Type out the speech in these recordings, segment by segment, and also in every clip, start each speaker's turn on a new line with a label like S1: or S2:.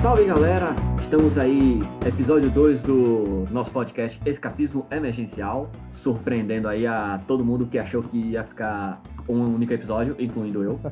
S1: Salve galera! Estamos aí, episódio 2 do nosso podcast Escapismo Emergencial, surpreendendo aí a todo mundo que achou que ia ficar um único episódio, incluindo eu.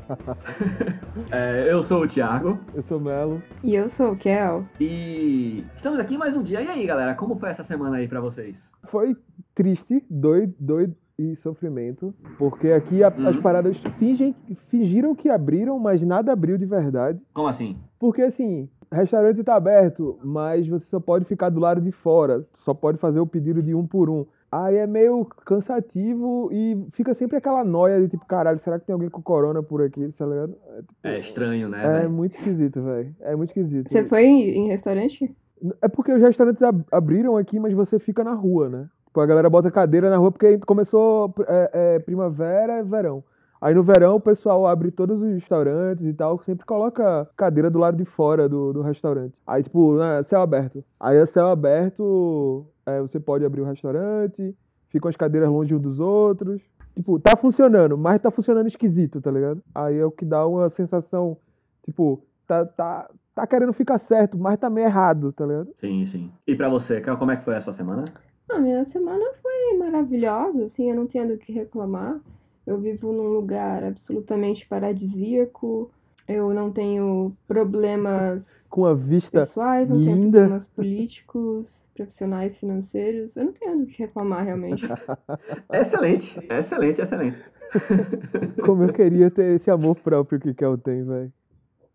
S1: É, eu sou o Thiago
S2: Eu sou o Melo.
S3: E eu sou o Kel.
S1: e estamos aqui mais um dia. E aí galera, como foi essa semana aí pra vocês?
S2: Foi triste, doido, doido e sofrimento, porque aqui a-
S1: Uhum.
S2: as paradas fingem, fingiram que abriram, mas nada abriu de verdade.
S1: Como assim?
S2: Porque assim, restaurante tá aberto, mas você só pode ficar do lado de fora, só pode fazer o pedido de um por um. Aí é meio cansativo e fica sempre aquela noia de tipo, caralho, será que tem alguém com corona por aqui? Tá ligado?
S1: É estranho, né?
S2: É,
S1: velho?
S2: muito esquisito, velho. É muito esquisito.
S3: Você foi em, em restaurante?
S2: É porque os restaurantes ab- abriram aqui, mas você fica na rua, né? Tipo, a galera bota cadeira na rua porque começou é, é, primavera e verão. Aí no verão o pessoal abre todos os restaurantes e tal, sempre coloca cadeira do lado de fora do, do restaurante. Aí, tipo, né, céu aberto. Aí é céu aberto, é, você pode abrir o restaurante, ficam as cadeiras longe um dos outros. Tipo, tá funcionando, mas tá funcionando esquisito, tá ligado? Aí é o que dá uma sensação, tipo, tá, tá, tá querendo ficar certo, mas tá meio errado, tá ligado?
S1: Sim, sim. E pra você, Kel, como é que foi a sua semana?
S3: A Ah, minha semana foi maravilhosa, assim, eu não tenho do que reclamar. Eu vivo num lugar absolutamente paradisíaco. Eu não tenho problemas
S2: Com a vista.
S3: pessoais, não tenho
S2: É, linda.
S3: problemas políticos, profissionais, financeiros. Eu não tenho do que reclamar, realmente.
S1: Excelente, excelente, excelente.
S2: Como eu queria ter esse amor próprio que Kel tem, velho.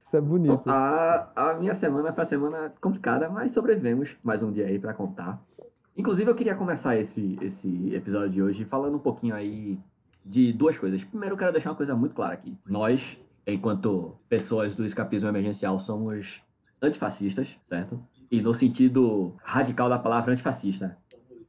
S2: Isso é bonito.
S1: Ah, A, a minha semana foi uma semana complicada, mas sobrevivemos mais um dia aí pra contar. Inclusive, eu queria começar esse, esse episódio de hoje falando um pouquinho aí de duas coisas. Primeiro, eu quero deixar uma coisa muito clara aqui. Nós, enquanto pessoas do escapismo emergencial, somos antifascistas, certo? E no sentido radical da palavra antifascista.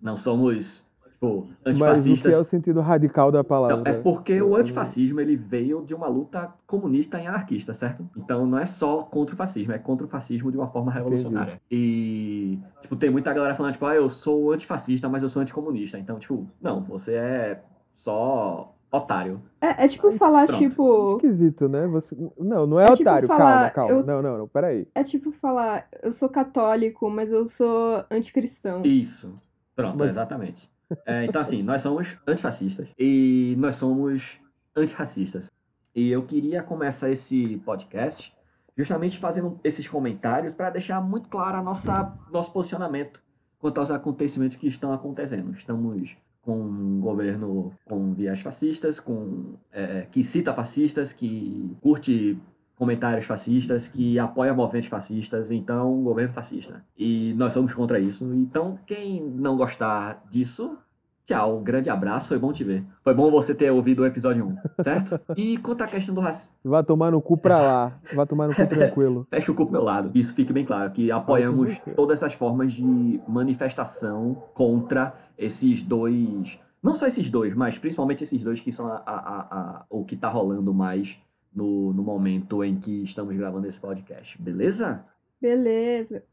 S1: Não somos, tipo,
S2: Mas o que
S1: antifascistas
S2: é o sentido radical da palavra?
S1: Não, é porque o
S2: Uhum.
S1: antifascismo ele veio de uma luta comunista e anarquista, certo? Então não é só contra o fascismo, é contra o fascismo de uma forma revolucionária. E, tipo, tem muita galera falando, tipo, ah, eu sou antifascista, mas eu sou anticomunista. Então, tipo, não, você é só otário.
S3: É, é tipo falar,
S1: Pronto.
S3: tipo.
S2: Esquisito, né? Você... Não, não é,
S3: É tipo
S2: otário. Calma,
S3: falar,
S2: calma.
S3: eu-
S2: Não, não, não. Peraí.
S3: É tipo falar, eu sou católico, mas eu sou anticristão.
S1: Isso. Pronto,
S2: Mas-
S1: exatamente. É, então, assim, nós somos antifascistas e nós somos antirracistas. E eu queria começar esse podcast justamente fazendo esses comentários para deixar muito claro a nossa, nosso posicionamento quanto aos acontecimentos que estão acontecendo. Estamos com um governo com viés fascistas, com, é, que cita fascistas, que curte comentários fascistas, que apoia movimentos fascistas, então governo fascista. E nós somos contra isso. Então, quem não gostar disso, tchau, um grande abraço, foi bom te ver. Foi bom você ter ouvido o episódio 1, certo? E quanto à questão do racismo,
S2: Vá tomar no cu pra lá. Vá tomar no cu tranquilo.
S1: fecha o cu pro meu lado. Isso fique bem claro, que apoiamos
S2: Ótimo.
S1: todas essas formas de manifestação contra esses dois. Não só esses dois, mas principalmente esses dois que são a, a- a- a- o que tá rolando mais no, no momento em que estamos gravando esse podcast, beleza?
S3: Beleza.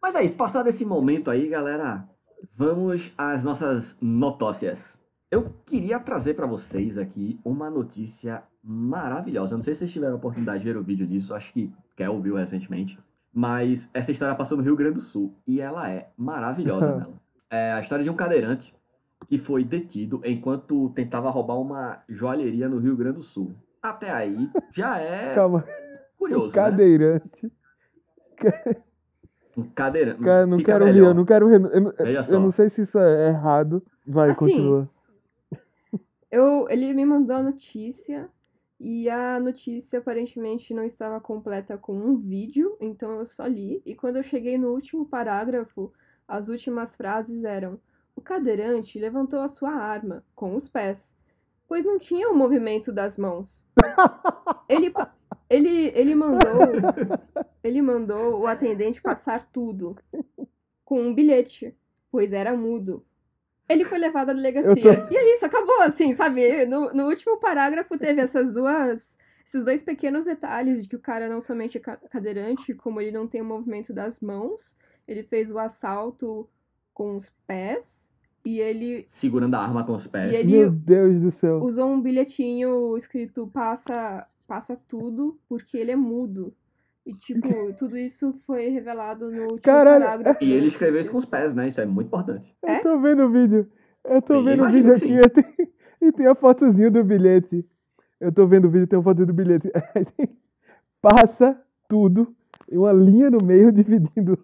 S1: Mas é isso, passado esse momento aí, galera, vamos às nossas notócias. Eu queria trazer pra vocês aqui uma notícia maravilhosa. Eu não sei se vocês tiveram a oportunidade de ver o vídeo disso, acho que Kel viu recentemente. Mas essa história passou no Rio Grande do Sul e ela é maravilhosa, Melo. É a história de um cadeirante que foi detido enquanto tentava roubar uma joalheria no Rio Grande do Sul. Até aí já é
S2: Calma.
S1: curioso, né?
S2: Cadeirante.
S1: Um cadeirante.
S2: Cara, não
S1: Fica
S2: quero rir,
S1: melhor.
S2: eu não quero rir. Eu, não-
S1: Veja
S2: eu
S1: só.
S2: não sei se isso é errado. Vai,
S3: Assim,
S2: continua.
S3: Eu, ele me mandou a notícia e a notícia aparentemente não estava completa com um vídeo, então eu só li. E quando eu cheguei no último parágrafo, as últimas frases eram: O cadeirante levantou a sua arma com os pés, pois não tinha o movimento das mãos. Ele, pa- ele, ele mandou, ele mandou o atendente passar tudo com um bilhete, pois era mudo. Ele foi levado à delegacia. E é isso, acabou assim, sabe? No, no último parágrafo teve essas duas. Esses dois pequenos detalhes de que o cara não somente é ca- cadeirante, como ele não tem o movimento das mãos, ele fez o assalto com os pés e ele
S1: segurando a arma com os pés.
S3: E ele-
S2: Meu Deus do céu.
S3: usou um bilhetinho escrito passa, passa tudo porque ele é mudo. E, tipo, tudo isso foi revelado no último
S2: Caralho,
S1: é.
S3: parágrafo.
S1: E
S3: da
S1: ele escreveu isso
S3: notícia.
S1: com os pés, né? Isso é muito importante.
S3: É?
S2: Eu tô vendo o vídeo. Eu tô
S1: Sim,
S2: vendo o
S1: imagino
S2: vídeo
S1: que
S2: aqui. E tem, e tem a fotozinha do bilhete. Eu tô vendo o vídeo, tem uma foto do bilhete. Aí tem- passa tudo. E uma linha no meio dividindo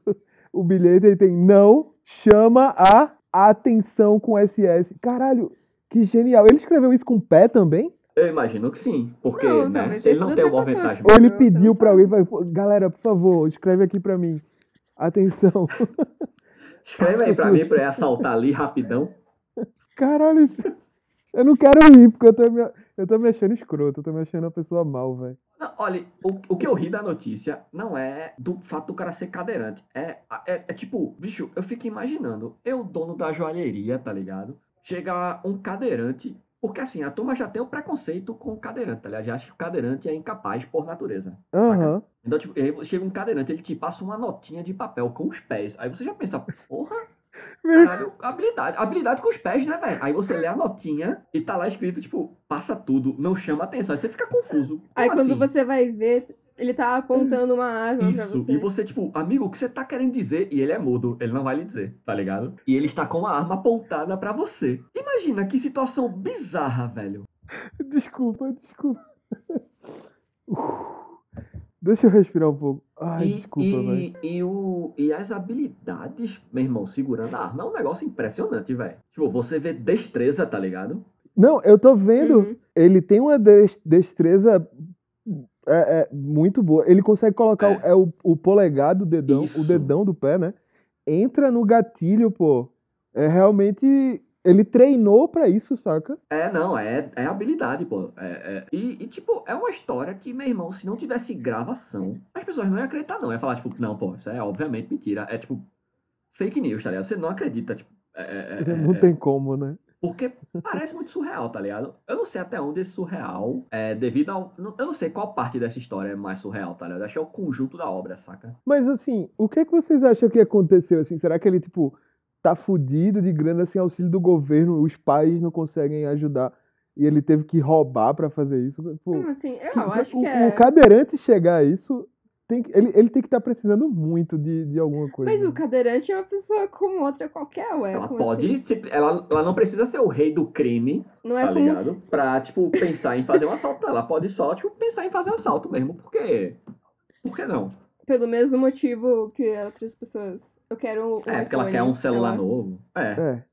S2: o bilhete. Aí tem não chama a atenção com SS. Caralho, que genial. Ele escreveu isso com o pé também?
S1: Eu imagino que sim, porque
S3: Não,
S1: né,
S3: talvez
S1: se ele
S3: tenha
S1: não
S3: sido
S1: tem o
S3: outra pessoa,
S1: Orventage
S2: Ou ele
S3: Não, você
S2: pediu
S3: não
S2: pra
S3: sabe.
S2: alguém, falou, "Pô, galera, por favor, escreve aqui pra mim. Atenção.
S1: Escreve aí pra mim pra eu assaltar ali rapidão.
S2: Caralho, isso- eu não quero rir, porque eu tô me, eu tô me achando escroto, eu tô me achando uma pessoa mal, velho.
S1: Não, olha, o, o que eu ri da notícia não é do fato do cara ser cadeirante. É, é, é tipo, bicho, eu fico imaginando, eu, dono da joalheria, tá ligado? Chega um cadeirante, porque assim, a turma já tem o preconceito com o cadeirante, tá ligado? Já acha que o cadeirante é incapaz por natureza.
S2: Aham.
S1: Então, tipo, aí chega um cadeirante, ele te passa uma notinha de papel com os pés. Aí você já pensa, porra, caralho, habilidade. Habilidade com os pés, né, velho? Aí você lê a notinha e tá lá escrito, tipo, passa tudo, não chama atenção. Aí você fica confuso.
S3: Aí
S1: Como
S3: quando
S1: assim?
S3: você vai ver, ele tá apontando uma arma pra
S1: Isso,
S3: você. Uhum.
S1: e você, tipo, amigo, o que você tá querendo dizer? E ele é mudo, ele não vai lhe dizer, tá ligado? E ele está com a arma apontada pra você. Imagina que situação bizarra, velho.
S2: Desculpa, desculpa. Deixa eu respirar um pouco. Ai,
S1: e,
S2: desculpa, velho.
S1: e, e, o, e as habilidades, meu irmão, segurando a arma é um negócio impressionante, velho. Tipo, você vê destreza, tá ligado?
S2: Não, eu tô vendo.
S3: Uhum.
S2: Ele tem uma des- destreza é, é, muito boa. Ele consegue colocar o-
S1: É.
S2: é o, o polegar do dedão,
S1: Isso.
S2: o dedão do pé, né? Entra no gatilho, pô. É realmente. Ele treinou pra isso, saca?
S1: É, não, é, é habilidade, pô. É, é. E, e, tipo, é uma história que, meu irmão, se não tivesse gravação, as pessoas não iam acreditar, não. Ia falar, tipo, não, pô, isso é obviamente mentira. É, tipo, fake news, tá ligado? Você não acredita, tipo. é, é, é,
S2: Não
S1: é.
S2: tem como, né?
S1: Porque parece muito surreal, tá ligado? Eu não sei até onde esse surreal é devido ao. não- Eu não sei qual parte dessa história é mais surreal, tá ligado? Acho que é o conjunto da obra, saca?
S2: Mas assim, o que, que vocês acham que aconteceu? Assim, será que ele, tipo, tá fudido de grana sem auxílio do governo, os pais não conseguem ajudar e ele teve que roubar pra fazer isso? Pô,
S3: Hum, assim, eu
S2: que-
S3: acho
S2: o,
S3: que é.
S2: o cadeirante chegar a isso, tem que- ele, ele tem que estar precisando muito de, de alguma coisa.
S3: Mas
S2: né?
S3: o cadeirante é uma pessoa como outra qualquer, ué.
S1: ela
S3: como
S1: pode.
S3: assim?
S1: se- Ela, ela não precisa ser o rei do crime,
S3: Não é
S1: tá
S3: como
S1: ligado?
S3: se-
S1: Pra, tipo, pensar em fazer um assalto. Ela pode só, tipo, pensar em fazer um assalto mesmo, porque. Por que não?
S3: pelo mesmo motivo que outras pessoas. Eu quero um.
S1: É, porque ela
S3: iPhone,
S1: quer um
S3: sei
S1: celular
S3: lá.
S1: novo. É,
S2: É,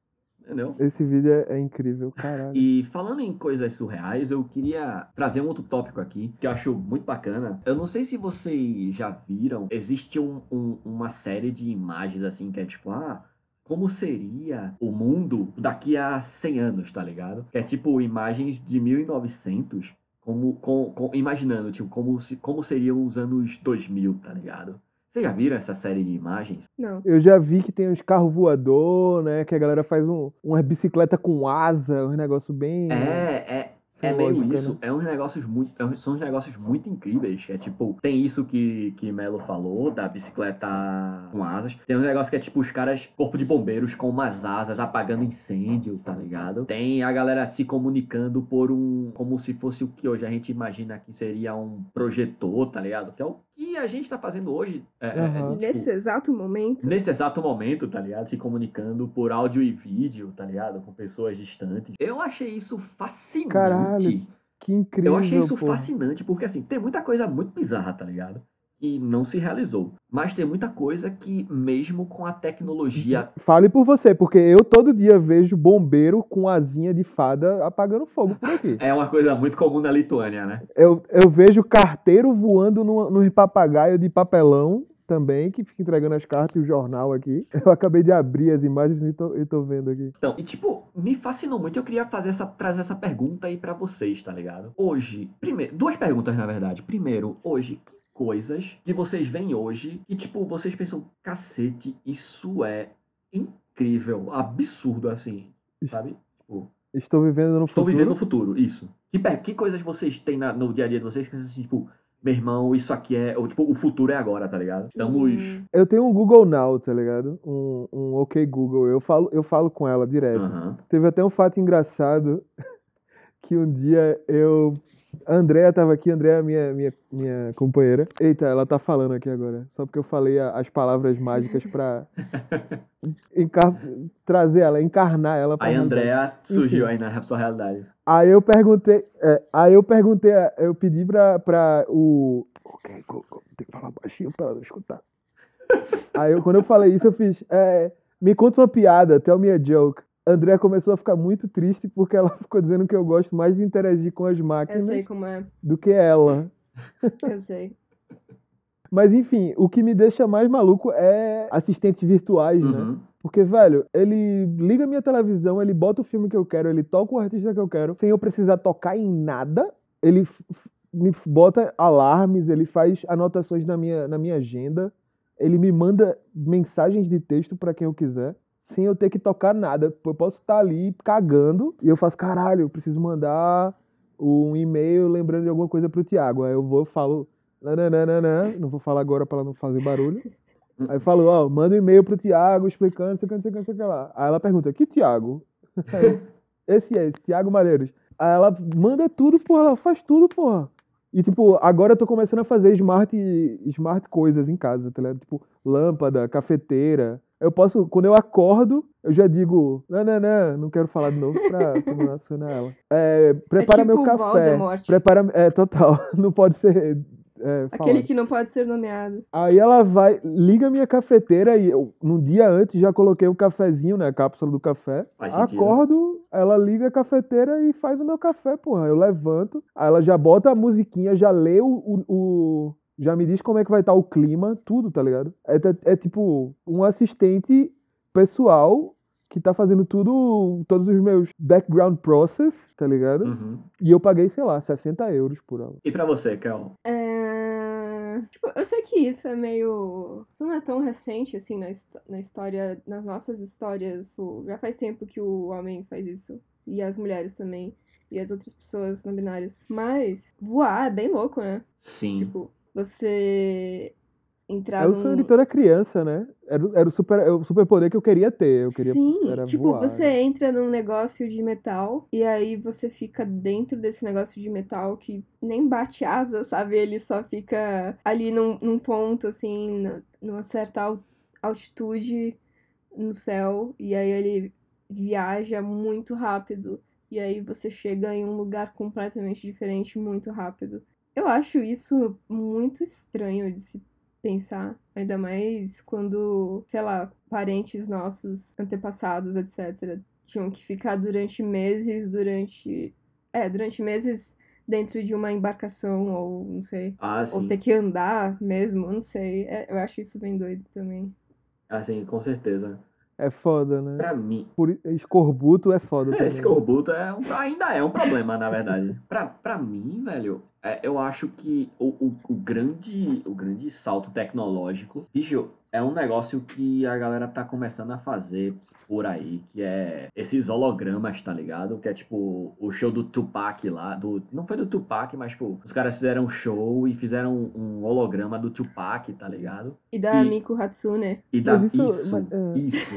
S1: entendeu?
S2: esse vídeo é, é incrível, caralho.
S1: E falando em coisas surreais, eu queria trazer um outro tópico aqui que eu acho muito bacana. Eu não sei se vocês já viram, existe um- um- uma série de imagens assim que é tipo, ah, como seria o mundo daqui a 100 anos, tá ligado? Que é tipo imagens de 1900, como, com, com- imaginando tipo como, se, como seriam os anos 2000, tá ligado? Vocês já viram essa série de imagens?
S3: Não.
S2: Eu já vi que tem uns carros voador, né? Que a galera faz um, uma bicicleta com asa, um negócio bem.
S1: É, é,
S2: sem
S1: É meio
S2: lógica,
S1: isso,
S2: né?
S1: é uns negócios muito, é uns- são uns negócios muito incríveis. É tipo, tem isso que, que Melo falou, da bicicleta com asas. Tem um negócio que é tipo os caras, corpo de bombeiros com umas asas apagando incêndio, tá ligado? Tem a galera se comunicando por um, como se fosse o que hoje a gente imagina que seria um projetor, tá ligado? Que é o que a gente tá fazendo hoje. É, é, é,
S2: Aham.
S1: tipo,
S3: Nesse exato momento.
S1: Nesse exato momento, tá ligado? Se comunicando por áudio e vídeo, tá ligado? Com pessoas distantes. Eu achei isso fascinante.
S2: Caralho, Que incrível.
S1: Eu achei isso
S2: pô.
S1: fascinante, porque assim, tem muita coisa muito bizarra, tá ligado? E não se realizou. Mas tem muita coisa que, mesmo com a tecnologia.
S2: Fale por você, porque eu todo dia vejo bombeiro com asinha de fada apagando fogo por aqui.
S1: É uma coisa muito comum na Lituânia, né?
S2: Eu, eu vejo carteiro voando num, num papagaio de papelão também, que fica entregando as cartas e o jornal aqui. Eu acabei de abrir as imagens e tô, e tô vendo aqui.
S1: Então, e tipo, me fascinou muito. Eu queria fazer essa, trazer essa pergunta aí pra vocês, tá ligado? Hoje, primeiro, duas perguntas na verdade. Primeiro, hoje, que coisas que vocês veem hoje e tipo, vocês pensam, cacete, isso é incrível, absurdo assim, sabe? Tipo,
S2: Estou vivendo no
S1: Estou
S2: futuro.
S1: vivendo no futuro, isso. Uhum. Que, pe- que coisas vocês têm na- no dia a dia de vocês que vocês assim, tipo, meu irmão, isso aqui é. Ou, tipo, o futuro é agora, tá ligado? Estamos.
S3: Hum.
S2: Eu tenho um Google Now, tá ligado? Um, um OK Google. Eu falo, eu falo com
S1: Uhum.
S2: ela direto.
S1: Aham.
S2: Teve até um fato engraçado que um dia eu A Andrea tava aqui, a Andrea é minha, minha, minha companheira. Eita, ela tá falando aqui agora. Só porque eu falei a- as palavras mágicas pra encar- trazer ela, encarnar ela pra
S1: Aí
S2: mim.
S1: Andrea surgiu aí na sua realidade.
S2: Aí eu perguntei, é, aí eu perguntei, é, eu pedi pra, pra o. Ok, go, go, tem que falar baixinho pra ela não escutar. aí eu, quando eu falei isso, eu fiz. é, me conta uma piada, tell me a joke. André começou a ficar muito triste porque ela ficou dizendo que eu gosto mais de interagir com as
S3: Eu
S2: máquinas
S3: sei como é.
S2: do que ela.
S3: Eu sei.
S2: Mas enfim, o que me deixa mais maluco é assistentes virtuais, né?
S1: Uhum.
S2: Porque, velho, ele liga minha televisão, ele bota o filme que eu quero, ele toca o artista que eu quero, sem eu precisar tocar em nada. Ele f- f- me f- bota alarmes, ele faz anotações na minha, na minha agenda, ele me manda mensagens de texto pra quem eu quiser, sem eu ter que tocar nada. Eu posso estar ali cagando e eu faço, caralho, eu preciso mandar um e-mail lembrando de alguma coisa pro Thiago. Aí eu vou, falo, nananana, não vou falar agora pra ela não fazer barulho. Aí falou, ó, manda um e-mail pro Thiago explicando, não sei o que, não sei o que, não sei o que lá. Aí ela pergunta, que Thiago? Aí eu, esse é esse, Thiago Malheiros. Aí ela manda tudo, porra, ela faz tudo, porra. E, tipo, agora eu tô começando a fazer smart, smart coisas em casa, tá ligado? Tipo, lâmpada, cafeteira. Eu posso, quando eu acordo, eu já digo, não, não, não, não quero falar de novo pra comunicacionar ela. É, prepara
S3: é tipo
S2: meu café.
S3: Voldemort.
S2: Prepara, é, total, não pode ser é, falado.
S3: Aquele que não pode ser nomeado.
S2: Aí ela vai, liga minha cafeteira e eu, num dia antes, já coloquei o cafezinho, né? A cápsula do café.
S1: Faz sentido.
S2: Acordo, ela liga a cafeteira e faz o meu café, porra. Eu levanto, aí ela já bota a musiquinha, já lê o. o- o- já me diz como é que vai estar o clima, tudo, tá ligado? É, t- é tipo um assistente pessoal que tá fazendo tudo, todos os meus background process, tá ligado?
S1: Uhum.
S2: E eu paguei, sei lá, 60 euros por ela.
S1: E pra você, Kel?
S3: É... Tipo, eu sei que isso é meio. Isso não é tão recente, assim, na, his- na história. Nas nossas histórias. tipo, Já faz tempo que o homem faz isso. E as mulheres também. E as outras pessoas não binárias. Mas voar é bem louco, né?
S1: Sim.
S3: Tipo, você entrar
S2: Eu
S3: num-
S2: sonho de toda criança, né? Era, o- era o super, é o superpoder que eu queria ter. Eu queria
S3: Sim,
S2: era
S3: tipo,
S2: voar,
S3: você
S2: né?
S3: entra num negócio de metal e aí você fica dentro desse negócio de metal que nem bate asa, sabe? Ele só fica ali num, num ponto, assim, na- numa certa al- altitude no céu, e aí ele viaja muito rápido, e aí você chega em um lugar completamente diferente muito rápido. Eu acho isso muito estranho de se pensar, ainda mais quando, sei lá, parentes nossos, antepassados, etc., tinham que ficar durante meses, durante. É, durante meses dentro de uma embarcação, ou não sei.
S1: Ah,
S3: Ou
S1: sim.
S3: ter que andar mesmo, eu não sei. É, eu acho isso bem doido também.
S1: Ah, sim, com certeza.
S2: É foda, né?
S1: Pra mim,
S2: Por, escorbuto é foda também.
S1: Escorbuto é um- ainda é um problema, na verdade. Pra, pra mim, velho, é, eu acho que o, o, o grande, o grande salto tecnológico, bicho, é um negócio que a galera tá começando a fazer por aí, que é esses hologramas, tá ligado? Que é tipo o show do Tupac lá, do, não foi do Tupac, mas tipo, os caras fizeram um show e fizeram um holograma do Tupac, tá ligado?
S3: E da
S1: E-
S3: Miku Hatsune.
S1: E dá
S2: Mas isso-
S1: isso,
S2: mas, é.
S1: isso.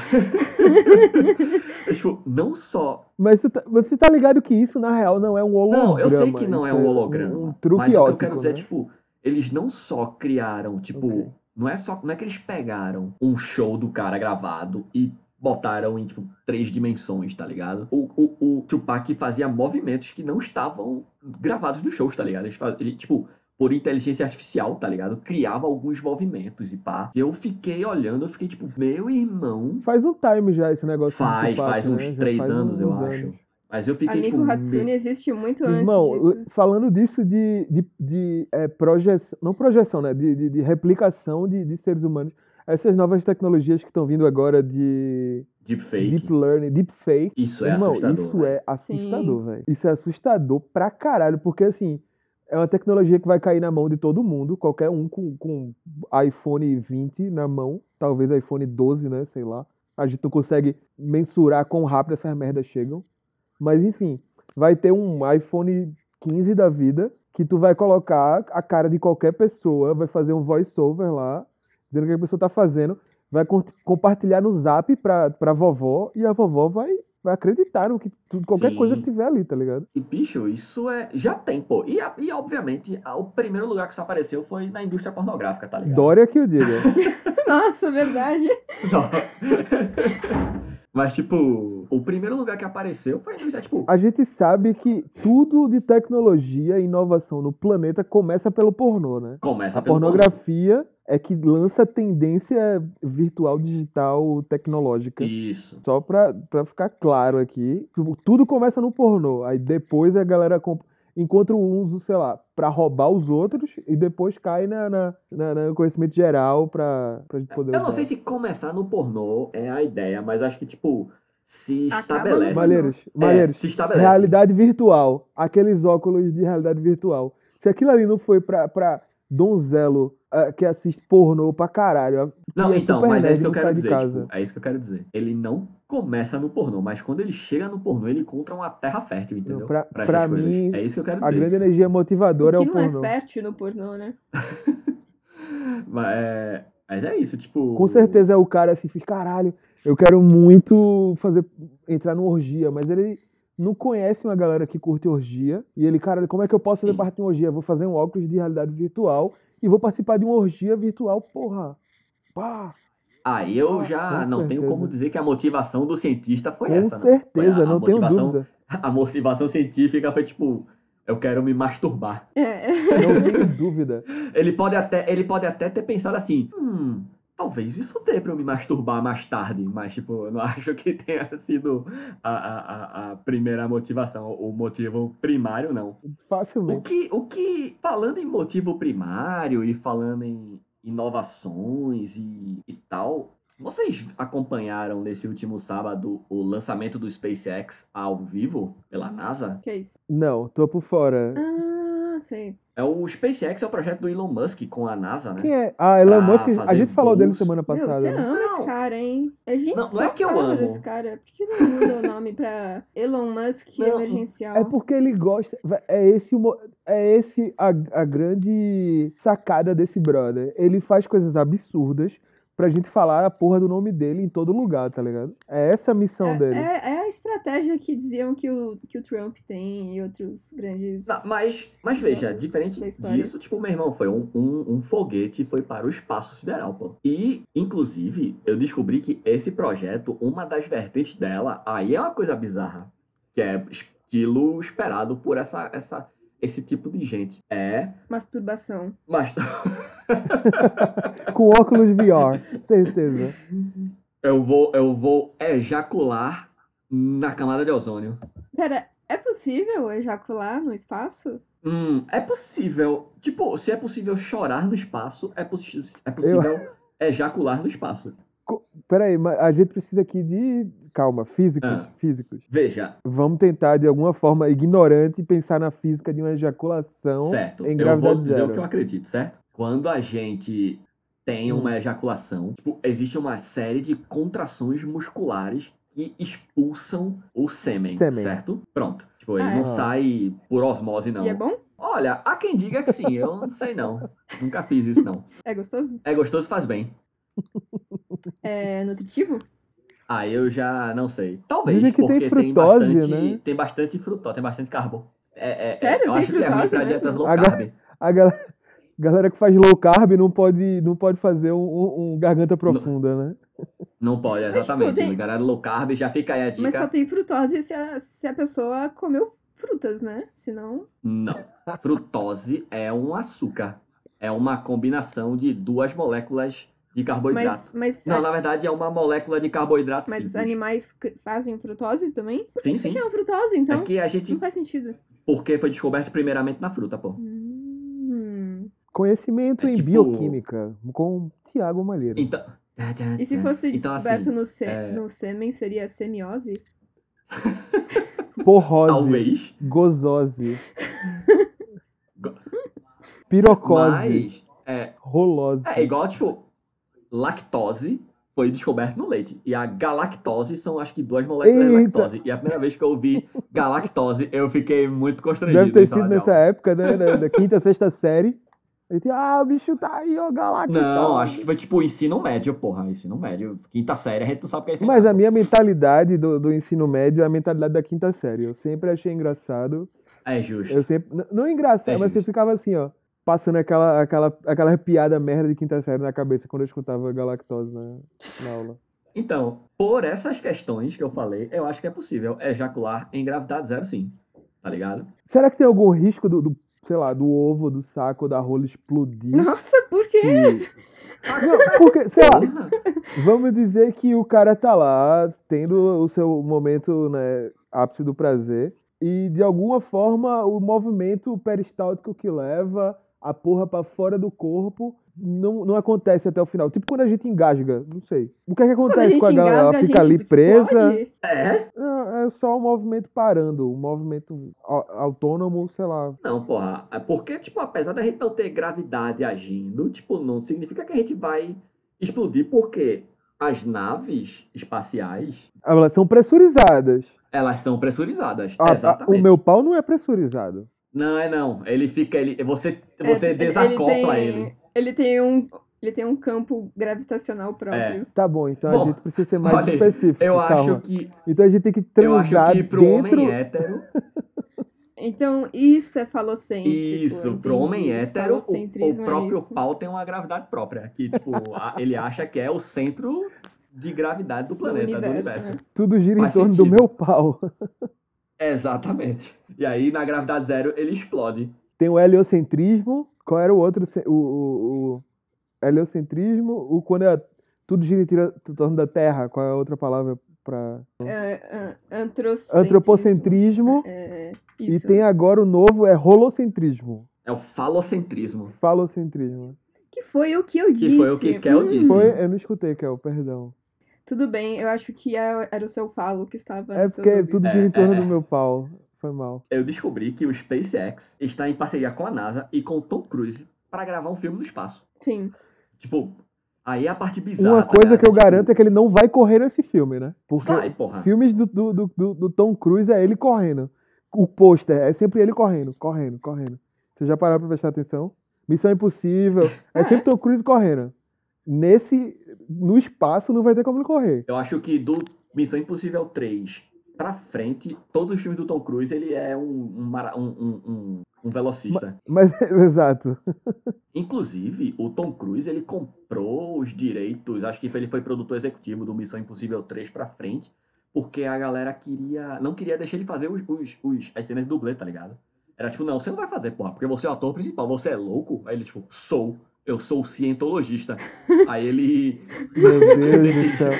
S1: tipo- tipo, não só
S2: Mas você, tá, você tá ligado que isso, na real, não é um holograma.
S1: Não, eu sei que não é
S2: isso
S1: um holograma.
S2: Um, truque
S1: mas o que eu quero
S2: ótico,
S1: dizer é,
S2: né?
S1: tipo, eles não só criaram, tipo,
S2: Ok.
S1: não é só. Não é que eles pegaram um show do cara gravado e botaram em, tipo, três dimensões, tá ligado? O, o, o Tupac fazia movimentos que não estavam gravados nos shows, tá ligado? Eles faz- Ele, tipo, por inteligência artificial, tá ligado? Criava alguns movimentos e pá. Eu fiquei olhando, eu fiquei tipo, meu irmão.
S2: Faz um time já esse negócio. do
S1: Faz,
S2: Tupac,
S1: faz
S2: né?
S1: uns
S2: Já
S1: três
S2: faz
S1: anos, eu
S2: uns
S1: acho.
S2: anos.
S1: Mas eu
S3: A
S1: fiquei
S3: Miku
S1: tipo.
S3: Hatsune existe muito antes
S2: Irmão,
S3: disso.
S2: falando disso de, de, de é, projeção, não projeção, né? De, de, de replicação de, de seres humanos. Essas novas tecnologias que estão vindo agora de
S1: Deepfake.
S2: deep learning, deep fake.
S1: Isso é
S2: Irmão,
S1: assustador.
S2: isso
S1: velho.
S2: é assustador, velho. Isso é assustador pra caralho, porque assim, é uma tecnologia que vai cair na mão de todo mundo, qualquer um com, com iPhone 20 na mão, talvez iPhone 12, né, sei lá. A gente não consegue mensurar quão rápido essas merdas chegam. Mas enfim, vai ter um iPhone 15 da vida que tu vai colocar a cara de qualquer pessoa, vai fazer um voice-over lá, dizendo o que a pessoa tá fazendo, vai con- compartilhar no zap pra, pra vovó e a vovó vai vai acreditar no que tu- qualquer
S1: Sim.
S2: coisa que tiver ali, tá ligado?
S1: E, bicho, isso é. Já tem, pô. E, a- e obviamente, a- o primeiro lugar que isso apareceu foi na indústria pornográfica, tá ligado?
S2: Dória que eu diga.
S3: Nossa, verdade.
S1: Não. Mas, tipo, o primeiro lugar que apareceu foi a indústria, tipo.
S2: A gente sabe que tudo de tecnologia e inovação no planeta começa pelo pornô, né?
S1: Começa
S2: A
S1: Tá pelo
S2: pornografia é que lança tendência virtual, digital, tecnológica.
S1: Isso.
S2: Só pra, pra ficar claro aqui, tipo, tudo começa no pornô. Aí depois a galera comp- encontra o uso, sei lá, pra roubar os outros e depois cai na, na, na- no conhecimento geral pra, pra gente poder
S1: Eu não
S2: usar.
S1: sei se começar no pornô é a ideia, mas acho que, tipo, se
S3: Acaba
S1: estabelece.
S3: no-
S2: Malheiros,
S1: É,
S2: Malheiros,
S1: se estabelece.
S2: realidade virtual, aqueles óculos de realidade virtual. Se aquilo ali não foi pra, pra donzelo ah, que assiste pornô pra caralho,
S1: Não,
S2: E é
S1: então,
S2: super
S1: mas é
S2: nerd,
S1: isso que eu
S2: não
S1: quero
S2: sai de
S1: dizer.
S2: casa.
S1: Tipo, é isso que eu quero dizer. Ele não começa no pornô, mas quando ele chega no pornô, ele encontra uma terra fértil, entendeu?
S2: Não, pra-
S1: essas
S2: pra
S1: coisas.
S2: mim,
S1: É isso que eu quero
S2: a
S1: dizer.
S2: grande energia
S3: O
S2: motivadora é
S3: que
S2: o
S3: não é
S2: pornô.
S3: fértil no pornô, né?
S1: Mas é, mas é isso, tipo.
S2: Com certeza é o cara assim, fica, caralho, eu quero muito fazer entrar numa orgia, mas ele não conhece uma galera que curte orgia. E ele, cara, como é que eu posso fazer
S1: Sim.
S2: parte de uma orgia? Vou fazer um óculos de realidade virtual e vou participar de uma orgia virtual, porra. Pá,
S1: Aí eu já
S2: Com
S1: não tenho
S2: certeza.
S1: como dizer que a motivação do cientista foi
S2: com
S1: essa, não. Foi
S2: certeza,
S1: a, a
S2: não tenho
S1: motivação,
S2: dúvida.
S1: A motivação científica foi tipo, eu quero me masturbar.
S3: É.
S2: Não tenho dúvida.
S1: Ele pode até, ele pode até ter pensado assim, hum, talvez isso dê pra eu me masturbar mais tarde, mas tipo, eu não acho que tenha sido a, a, a, a primeira motivação, o motivo primário, não. O
S2: Facilmente.
S1: que, o que, falando em motivo primário e falando em inovações e, e tal, vocês acompanharam nesse último sábado o lançamento do SpaceX ao vivo pela NASA?
S3: Que isso?
S2: Não, tô por fora.
S3: Ah, sei.
S1: É o SpaceX é o projeto do Elon Musk com a NASA, né?
S2: Quem é? Ah, Elon
S1: Pra
S2: Musk, a
S1: fazer
S2: gente falou dele
S1: voos.
S2: semana
S3: Meu,
S2: passada.
S3: você
S2: né?
S3: ama
S1: Não.
S3: esse cara, hein? A gente
S1: Não, não
S3: só
S1: é que eu
S3: fala
S1: amo.
S3: desse cara. Por que não muda o nome pra Elon Musk
S1: Não,
S3: emergencial?
S2: É porque ele gosta. vé- É esse, o mo- é esse a, a grande sacada desse brother. Ele faz coisas absurdas pra gente falar a porra do nome dele em todo lugar, tá ligado? É essa a missão
S3: É-
S2: dele.
S3: é, é a estratégia que diziam que o, que o Trump tem e outros grandes.
S1: Não, Mas, mas veja,
S3: Meu Deus,
S1: diferente
S3: Então, essa é história.
S1: disso, tipo, meu irmão, foi um, um, um foguete foi para o espaço sideral, pô. E, inclusive, eu descobri que esse projeto, uma das vertentes dela, aí é uma coisa bizarra, que é estilo esperado por essa, essa, esse tipo de gente. É,
S3: Masturbação.
S1: mas
S2: Com óculos VR, certeza.
S1: eu vou, eu vou ejacular na camada de ozônio.
S3: Pera, é possível ejacular no espaço?
S1: Hum, é possível, tipo, se é possível chorar no espaço, é, possi é possível ejacular no espaço.
S2: Peraí, mas a gente precisa aqui de. Calma, físicos,
S1: Ah.
S2: físicos.
S1: Veja,
S2: Vamos tentar, de alguma forma ignorante, pensar na física de uma ejaculação
S1: Certo.
S2: Então, em
S1: Eu vou
S2: gravidade
S1: dizer o que eu
S2: zero.
S1: acredito, certo? Quando a gente tem
S2: Hum.
S1: uma ejaculação, tipo, existe uma série de contrações musculares que expulsam o sêmen,
S2: Sêmen.
S1: certo? Pronto. Tipo, ele
S3: Ah, é?
S1: não sai por osmose, não.
S3: E é bom?
S1: Olha, há quem diga que sim, eu não sei não. Nunca fiz isso, não.
S3: É gostoso?
S1: É gostoso, faz bem.
S3: É nutritivo?
S1: Ah, eu já não sei. Talvez,
S2: Dizem que
S1: porque tem,
S2: tem frutose,
S1: bastante.
S2: né?
S1: Tem bastante frutose, tem bastante carbo. É, é, é,
S3: Sério?
S1: eu
S3: Tem
S1: acho que é ruim
S3: frutose
S1: pra
S3: mesmo?
S1: dietas low
S2: Agora-
S1: carb.
S2: A galera, galera que faz low carb não pode, não pode fazer um- um, um garganta profunda, né?
S1: Não pode,
S3: tipo,
S1: exatamente.
S3: tem-
S1: Galera low carb, já fica aí a dica.
S3: Mas só tem frutose se a, se a pessoa comeu frutas, né? Senão.
S1: Não. Frutose é um açúcar. É uma combinação de duas moléculas de carboidrato.
S3: Mas, mas,
S1: Não, na verdade é uma molécula de carboidrato
S3: mas
S1: simples.
S3: animais c- fazem frutose também? Por
S1: Sim,
S3: que
S1: sim.
S3: se chama frutose, então?
S1: É que a gente.
S3: Não faz sentido.
S1: Porque foi descoberto primeiramente na fruta, pô.
S3: Hum.
S2: Conhecimento
S1: É
S2: em
S1: tipo-
S2: bioquímica com Tiago Malheiro.
S1: Então.
S3: E se fosse
S1: Então,
S3: descoberto
S1: assim,
S3: no, sê-
S1: é-
S3: no sêmen, seria semiose?
S2: Porrose,
S1: Talvez.
S2: gozose,
S1: Go-
S2: pirocose,
S1: Mas. É,
S2: rolose.
S1: é igual, tipo. Lactose foi descoberto no leite. E a galactose são, acho que, duas moléculas de
S2: Eita.
S1: lactose. E a primeira vez que eu ouvi galactose, eu fiquei muito constrangido.
S2: Deve ter
S1: em sala
S2: sido
S1: de
S2: nessa
S1: aula.
S2: época, né? Da, da quinta, sexta série. Ele tem, ah, o bicho tá aí, ó, Galactão.
S1: Não, acho que foi tipo ensino médio, porra. Ensino médio. Quinta série, a gente não sabe o que é ensino
S2: Mas a
S1: médio.
S2: minha mentalidade do, do ensino médio é a mentalidade da quinta série. Eu sempre achei engraçado.
S1: É justo.
S2: Eu sempre. n- Não engraçado,
S1: É
S2: mas você
S1: justo.
S2: ficava assim, ó. Passando aquela, aquela, aquela piada merda de quinta série na cabeça quando eu escutava galactose na, na aula.
S1: Então, por essas questões que eu falei, eu acho que é possível ejacular em gravidade zero, sim. Tá ligado?
S2: Será que tem algum risco do, do, sei lá, do ovo, do saco, da rola explodir?
S3: Nossa, por quê?
S2: Que- Não, porque, sei lá,
S1: Porra!
S2: Vamos dizer que o cara tá lá, tendo o seu momento, né, ápice do prazer, e de alguma forma o movimento peristáltico que leva a porra pra fora do corpo não, não acontece até o final. Tipo quando a gente engasga, não sei. O que é que
S3: Quando a
S2: acontece
S3: gente
S2: com a galera?
S3: engasga,
S2: Ela
S3: a gente
S2: fica ali presa.
S3: explode.
S1: É?
S2: Não, é só o movimento parando, o movimento au- autônomo, sei lá.
S1: Não, porra. É Porque, tipo, apesar da gente não ter gravidade agindo, tipo, não significa que a gente vai explodir, porque as naves espaciais,
S2: Elas Ah, são pressurizadas.
S1: elas são pressurizadas.
S2: A- a-
S1: Exatamente.
S2: Ah, tá. o meu pau não é pressurizado.
S1: Não, é não. Ele fica, ele, você,
S3: É,
S1: Então você
S3: ele-
S1: desacopla ele.
S3: tem- Ele tem um, ele tem um campo gravitacional
S1: É.
S3: próprio.
S2: Tá bom, então a
S1: Bom,
S2: gente precisa ser mais
S1: olha aí,
S2: específico.
S1: Eu
S2: calma.
S1: acho que,
S2: Então a gente tem que
S1: eu acho
S2: transar
S1: que pro
S2: dentro...
S1: homem é. hétero,
S3: Então, isso é falocêntrico.
S1: isso,
S3: entendi.
S1: pro homem hétero, o, o
S3: Falocentrismo é
S1: próprio
S3: isso.
S1: pau tem uma gravidade própria, que, tipo, a- ele acha que é o centro de gravidade do planeta, do universo.
S3: né?
S2: Tudo gira em
S1: Faz
S2: torno do
S1: sentido.
S2: meu pau.
S1: Exatamente. E aí, na gravidade zero, ele explode.
S2: Tem o heliocentrismo. Qual era o outro? ce- O, o, o heliocentrismo, o quando é- tudo gira em tira- em torno da Terra. Qual é a outra palavra para
S3: É, an- antrocentrismo.
S2: antropocentrismo?
S3: É,
S2: E
S3: isso.
S2: tem agora o novo é rolocentrismo,
S1: É o falocentrismo.
S2: falocentrismo.
S3: Que foi o que eu disse. Hum.
S1: Que foi o que Kel disse.
S2: Foi, eu não escutei, Kel, perdão.
S3: Tudo bem, eu acho que é- era o seu falo que estava
S2: É
S3: nos seus
S2: porque
S3: ouvidos.
S2: tudo
S1: ouvidos.
S2: gira em
S1: É,
S2: torno
S1: é,
S2: do
S1: é.
S2: meu pau. Foi mal.
S1: Eu descobri que o SpaceX está em parceria com a NASA e com o Tom Cruise para gravar um filme no espaço.
S3: Sim.
S1: Tipo, aí é a parte bizarra.
S2: Uma
S1: tá
S2: coisa
S1: ligado?
S2: que eu
S1: Tipo,
S2: garanto é que ele não vai correr nesse filme, né? Porque
S1: Vai, porra.
S2: Filmes do, do, do, do- do Tom Cruise é ele correndo. O pôster é sempre ele correndo, correndo, correndo. Você já parou pra prestar atenção? Missão Impossível. É sempre Tom Cruise correndo. Nesse. No espaço não vai ter como ele correr.
S1: Eu acho que do Missão Impossível 3 pra frente, todos os filmes do Tom Cruise, ele é um, um, mara- um, um- um- um velocista.
S2: Mas, exato.
S1: Inclusive, o Tom Cruise, ele comprou os direitos, acho que ele foi produtor executivo do Missão Impossível 3 pra frente, porque a galera queria, não queria deixar ele fazer os, os, os- as cenas de dublê, tá ligado? Era tipo, não, você não vai fazer, porra, porque você é o ator principal, você é louco? Aí ele, tipo, sou, eu sou cientologista. Aí ele,
S2: Meu Deus do céu.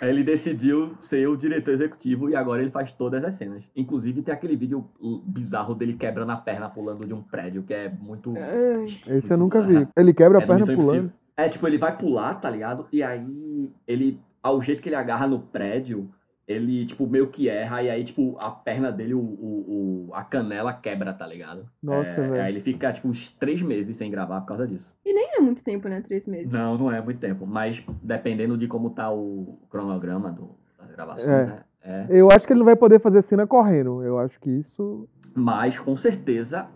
S1: aí ele decidiu ser o diretor executivo e agora ele faz todas as cenas. Inclusive, tem aquele vídeo uh, bizarro dele quebrando a perna pulando de um prédio, que é muito...
S3: Ai,
S2: Esse eu nunca vi. Ele quebra a
S1: É do
S2: perna
S1: Missão
S2: pulando.
S1: Impossível. É, tipo, ele vai pular, tá ligado? E aí, ele, ao jeito que ele agarra no prédio, ele, tipo, meio que erra, e aí, tipo, a perna dele, o, o, o- a canela quebra, tá ligado?
S2: Nossa,
S1: É,
S2: velho.
S1: Aí ele fica, tipo, uns três meses sem gravar por causa disso.
S3: nem é muito tempo, né? Três meses.
S1: Não, não é muito tempo, mas dependendo de como tá o cronograma do, das gravações,
S2: É.
S1: né? É.
S2: Eu acho que ele não vai poder fazer cena correndo. Eu acho que isso.
S1: Mas, com certeza,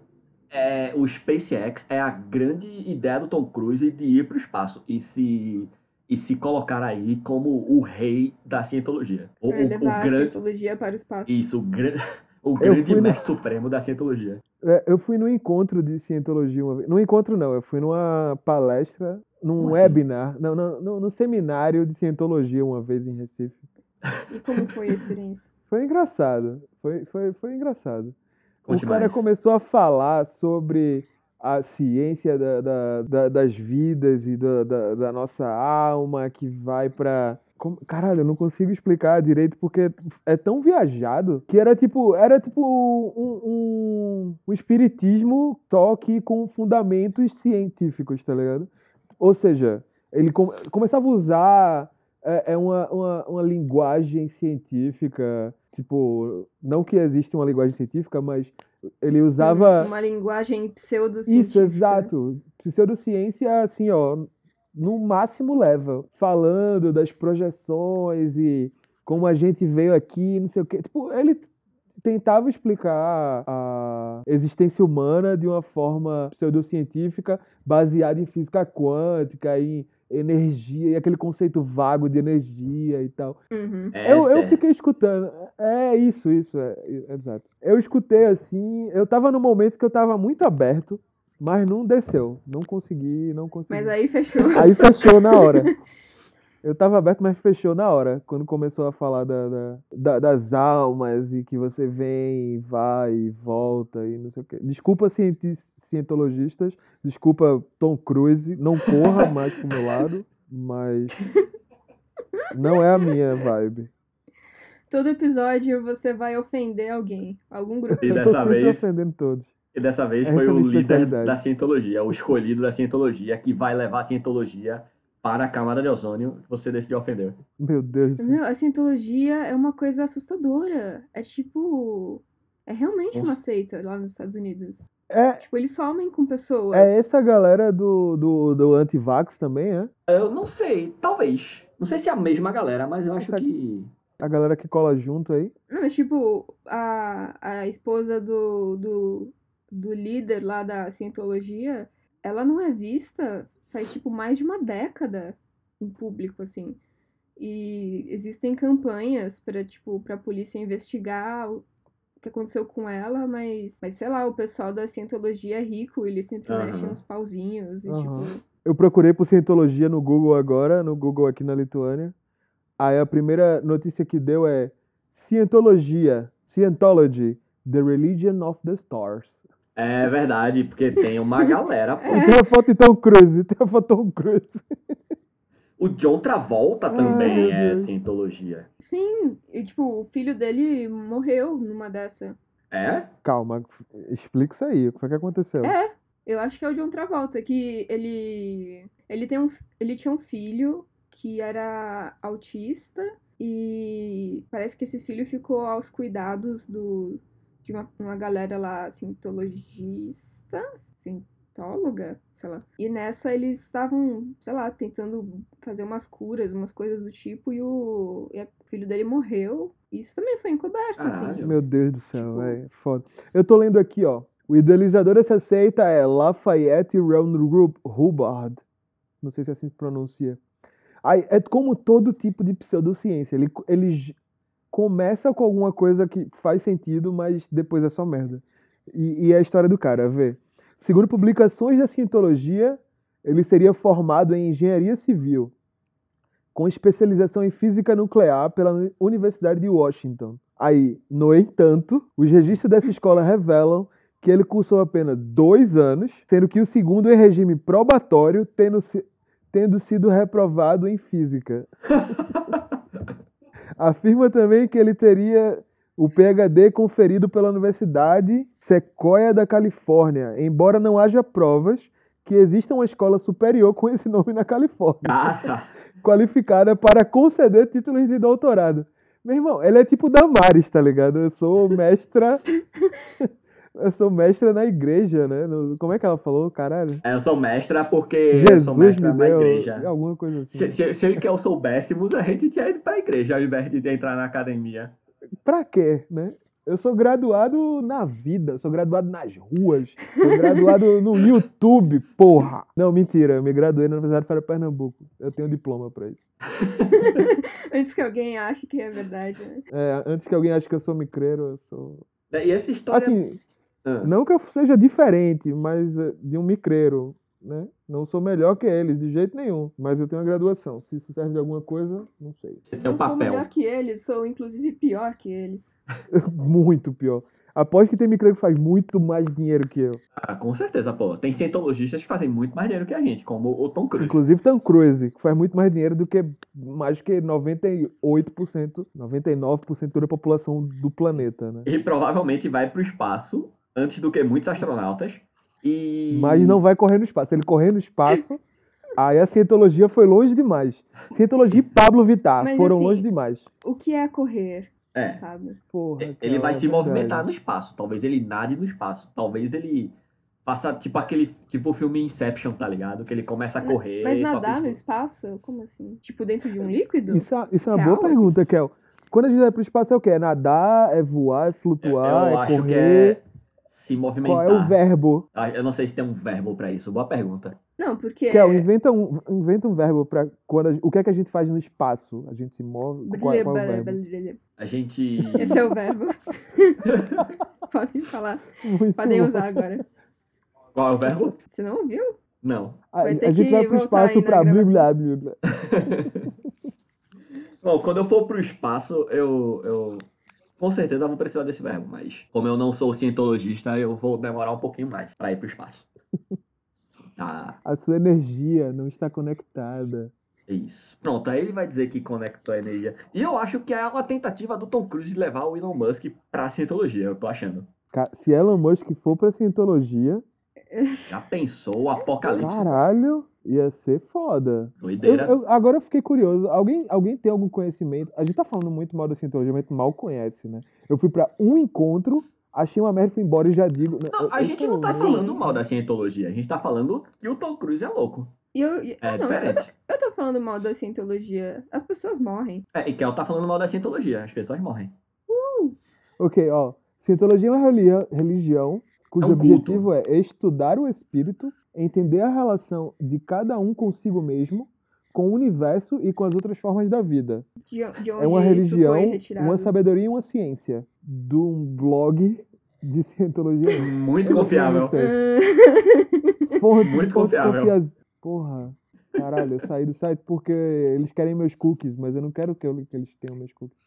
S1: é, o SpaceX é a grande ideia do Tom Cruise de ir para o espaço e se, e se colocar aí como o rei da cientologia. O,
S3: Pra
S1: o- o
S3: levar a
S1: grande.
S3: cientologia para o espaço.
S1: Isso, o, gran- o
S2: Eu
S1: grande
S2: fui no-
S1: mestre supremo da cientologia.
S2: É, eu fui num encontro de cientologia uma vez. Num encontro, não. Eu fui numa palestra, num
S1: Como assim?
S2: webinar, não, não, não, num seminário de cientologia uma vez em Recife.
S3: E como foi a experiência?
S2: Foi engraçado. Foi, foi, foi engraçado.
S1: Conte
S2: o cara
S1: mais.
S2: começou a falar sobre a ciência da- da- da- das vidas e da, da- da nossa alma que vai pra. Como- Caralho, eu não consigo explicar direito porque é tão viajado que era tipo, era tipo um, um, um espiritismo só que com fundamentos científicos, tá ligado? Ou seja, ele com- começava a usar é, é uma, uma, uma linguagem científica, tipo, não que existe uma linguagem científica, mas ele usava
S3: Uma linguagem pseudocientífica.
S2: isso, exato. Pseudociência, assim, ó, no máximo leva. Falando das projeções e como a gente veio aqui, não sei o quê. Tipo, ele tentava explicar a existência humana de uma forma pseudocientífica baseada em física quântica, em energia, e aquele conceito vago de energia e tal.
S3: Uhum.
S1: É,
S2: Eu, eu
S1: é.
S2: fiquei escutando. É isso, isso, é, é- exato. Eu escutei assim, eu tava num momento que eu tava muito aberto, mas não desceu. Não consegui, não consegui.
S3: Mas é- aí fechou.
S2: Aí fechou na hora. Eu tava aberto, mas fechou na hora. Quando começou a falar da, da- da- das almas e que você vem, e vai e volta e não sei o quê. Desculpa, cienti- cientologistas. Desculpa, Tom Cruise. Não corra mais pro meu lado, mas. Não é a minha vibe.
S3: Todo episódio você vai ofender alguém, algum grupo.
S1: E
S2: eu tô
S1: dessa
S2: sempre
S1: vez-
S2: ofendendo todos.
S1: E dessa vez
S2: Essa
S1: foi
S2: é a
S1: o
S2: minha
S1: líder
S2: especialidade.
S1: da cientologia, o escolhido da cientologia, que vai levar a cientologia para a camada de ozônio que você decidiu ofender.
S2: Meu Deus do céu.
S3: Meu, a cientologia é uma coisa assustadora. É tipo. É realmente uma
S1: Nossa.
S3: seita lá nos Estados Unidos.
S2: É,
S3: Tipo, eles somem com pessoas.
S2: é essa galera do, do, do antivax também, é?
S1: Eu não sei, talvez. Não sei se é a mesma galera, mas eu acho
S2: Essa-
S1: que.
S2: A galera que cola junto aí.
S3: Não, mas tipo, a, a esposa do, do, do líder lá da cientologia, ela não é vista faz tipo mais de uma década em público, assim. E existem campanhas para tipo, pra polícia investigar o que aconteceu com ela, mas, mas sei lá, o pessoal da cientologia é rico, eles sempre
S1: Aham.
S3: mexem uns pauzinhos e
S2: Aham.
S3: tipo.
S2: Eu procurei por cientologia no Google agora, no Google aqui na Lituânia. Aí a primeira notícia que deu é Cientologia, Scientology, The Religion of the Stars.
S1: É verdade, porque tem uma galera, pô.
S2: E tem a foto de Tom Cruise, tem a foto de Tom Cruise.
S1: O John Travolta
S2: Ai,
S1: também
S2: meu
S1: é
S2: Deus.
S1: cientologia.
S3: Sim, e tipo, o filho dele morreu numa dessa.
S1: É?
S2: Calma, explica isso aí, o que foi que aconteceu?
S3: É, eu acho que é o John Travolta, que ele ele tem um ele tinha um filho que era autista e parece que esse filho ficou aos cuidados do de uma, uma galera lá sintologista, sintóloga, sei lá. E nessa eles estavam, sei lá, tentando fazer umas curas, umas coisas do tipo e o e a- o filho dele morreu. Isso também foi encoberto, assim.
S1: Caralho.
S2: Meu Deus do céu,
S3: Tipo-
S2: velho, foda. Eu tô lendo aqui, ó. O idealizador dessa seita é Lafayette Ron Rub- Hubbard. Não sei se é assim que pronuncia. Aí, é como todo tipo de pseudociência. Ele, ele j- começa com alguma coisa que faz sentido, mas depois é só merda. E, e é a história do cara, vê. Segundo publicações da Cientologia, ele seria formado em engenharia civil, com especialização em física nuclear pela Uni- Universidade de Washington. Aí, no entanto, os registros dessa escola revelam que ele cursou apenas dois anos, sendo que o segundo em regime probatório, tendo, si- tendo sido reprovado em física. Afirma também que ele teria o PhD conferido pela Universidade Sequoia da Califórnia, embora não haja provas que exista uma escola superior com esse nome na Califórnia
S1: Cara,
S2: qualificada para conceder títulos de doutorado. Meu irmão, ele é tipo Damares, tá ligado? Eu sou mestra. eu sou mestra na igreja, né? No- como é que ela falou? Caralho.
S1: É, eu sou mestra porque É, eu
S2: Jesus
S1: sou
S2: me
S1: mestra na
S2: deu.
S1: igreja.
S2: Alguma coisa assim.
S1: Se, se, se eu soubéssemos, a gente tinha ido pra igreja ao invés de entrar na academia.
S2: Pra quê, né? Eu sou graduado na vida, eu sou graduado nas ruas, sou graduado no YouTube, porra! Não, mentira, eu me graduei na Universidade Federal de Pernambuco. Eu tenho um diploma pra isso.
S3: Antes que alguém ache que é verdade, né?
S2: É, antes que alguém ache que eu sou micreiro, eu sou.
S1: É, E essa história.
S2: Assim,
S1: Ah.
S2: Não que eu seja diferente, mas eh, de um micreiro, né? Não sou melhor que eles, de jeito nenhum. Mas eu tenho a graduação. Se isso serve de alguma coisa, não sei.
S1: É o
S3: eu sou
S1: papel.
S3: melhor que eles, sou inclusive pior que eles.
S2: muito pior. Após que tem micreiro que faz muito mais dinheiro que eu.
S1: Ah, com certeza, pô. Tem cientologistas que fazem muito mais dinheiro que a gente, como o Tom Cruise.
S2: Inclusive Tom Cruise, que faz muito mais dinheiro do que mais que 98%, 99% da população do planeta, né?
S1: Ele provavelmente vai pro espaço antes do que muitos astronautas. E.
S2: Mas não vai correr no espaço. Ele correr no espaço, aí a cientologia foi longe demais. Cientologia e Pablo Vittar
S3: Mas,
S2: foram
S3: assim,
S2: longe demais.
S3: O que é correr,
S1: É.
S3: sabe?
S2: Porra,
S1: Ele
S2: cara,
S1: vai
S2: é
S1: se
S2: verdade.
S1: movimentar no espaço. Talvez ele nade no espaço. Talvez ele faça tipo aquele. Tipo o filme Inception, tá ligado? Que ele começa a
S3: Na-
S1: correr.
S3: Mas
S1: É, só que
S3: nadar no
S1: isso-
S3: espaço? Como assim? Tipo, dentro de um líquido?
S2: Isso, é- isso é uma
S3: Real,
S2: boa pergunta, Kel. Quando a gente vai pro espaço é o quê? É nadar, é voar, é flutuar,
S1: eu
S2: é
S1: acho que
S2: correr.
S1: é se movimentar.
S2: Qual é o verbo?
S1: Ah, Eu não sei se tem um verbo pra isso. Boa pergunta.
S3: Não, porque
S2: Kel, inventa um, inventa um verbo pra quando a gen- o que é que a gente faz no espaço? A gente se move. Qual,
S3: Brilha,
S2: qual é o
S3: brilha,
S2: verbo?
S3: brilha.
S1: A gente.
S3: Esse é o verbo. Podem falar.
S2: Muito
S3: Podem
S2: bom.
S3: usar agora.
S1: Qual é o verbo?
S3: Você não ouviu?
S1: Não.
S2: A,
S3: Vai ter
S2: a gente
S3: que
S2: vai pro
S3: voltar
S2: espaço
S3: aí na
S2: pra blá
S3: gravação.
S2: blá blá blá.
S1: Bom, quando eu for pro espaço, eu. eu... Com certeza vou precisar desse verbo, mas como eu não sou cientologista, eu vou demorar um pouquinho mais pra ir pro espaço. Tá,
S2: A sua energia não está conectada.
S1: é isso. Pronto, aí ele vai dizer que conectou a energia. E eu acho que é uma tentativa do Tom Cruise de levar o Elon Musk pra cientologia, eu tô achando.
S2: Ca- Se Elon Musk for pra cientologia,
S1: Já pensou o apocalipse?
S2: caralho, ia ser foda. Eu-
S1: Doideira.
S2: eu- agora eu fiquei curioso. Alguém, alguém tem algum conhecimento? A gente tá falando muito mal da cientologia, mas mal conhece, né? Eu fui pra um encontro, achei uma merda, fui embora e já digo. né?
S1: Não,
S2: Eu-
S1: a
S2: eu
S1: gente
S2: sou
S1: não tá
S2: um-
S1: falando mal da cientologia, a gente tá falando que o Tom Cruise é louco.
S3: E eu, e-
S1: É
S3: não, eu, tô,
S1: diferente.
S3: eu tô falando mal da cientologia. As pessoas morrem.
S1: É, e Kel tá falando mal da cientologia, as pessoas morrem.
S2: Ok, ó. Cientologia é uma relia- religião cujo
S1: É um culto.
S2: objetivo é estudar o espírito, entender a relação de cada um consigo mesmo, com o universo e com as outras formas da vida.
S3: De, de
S1: Então,
S3: onde
S2: É uma religião,
S3: isso foi retirado.
S2: uma sabedoria e uma ciência. De um blog de cientologia.
S1: Muito confiável.
S3: Ah,
S2: Porra,
S1: Muito
S2: tu pode
S1: confiável.
S2: confiar- Porra. Caralho, eu saí do site porque eles querem meus cookies, mas eu não quero que, eu- que eles tenham meus cookies.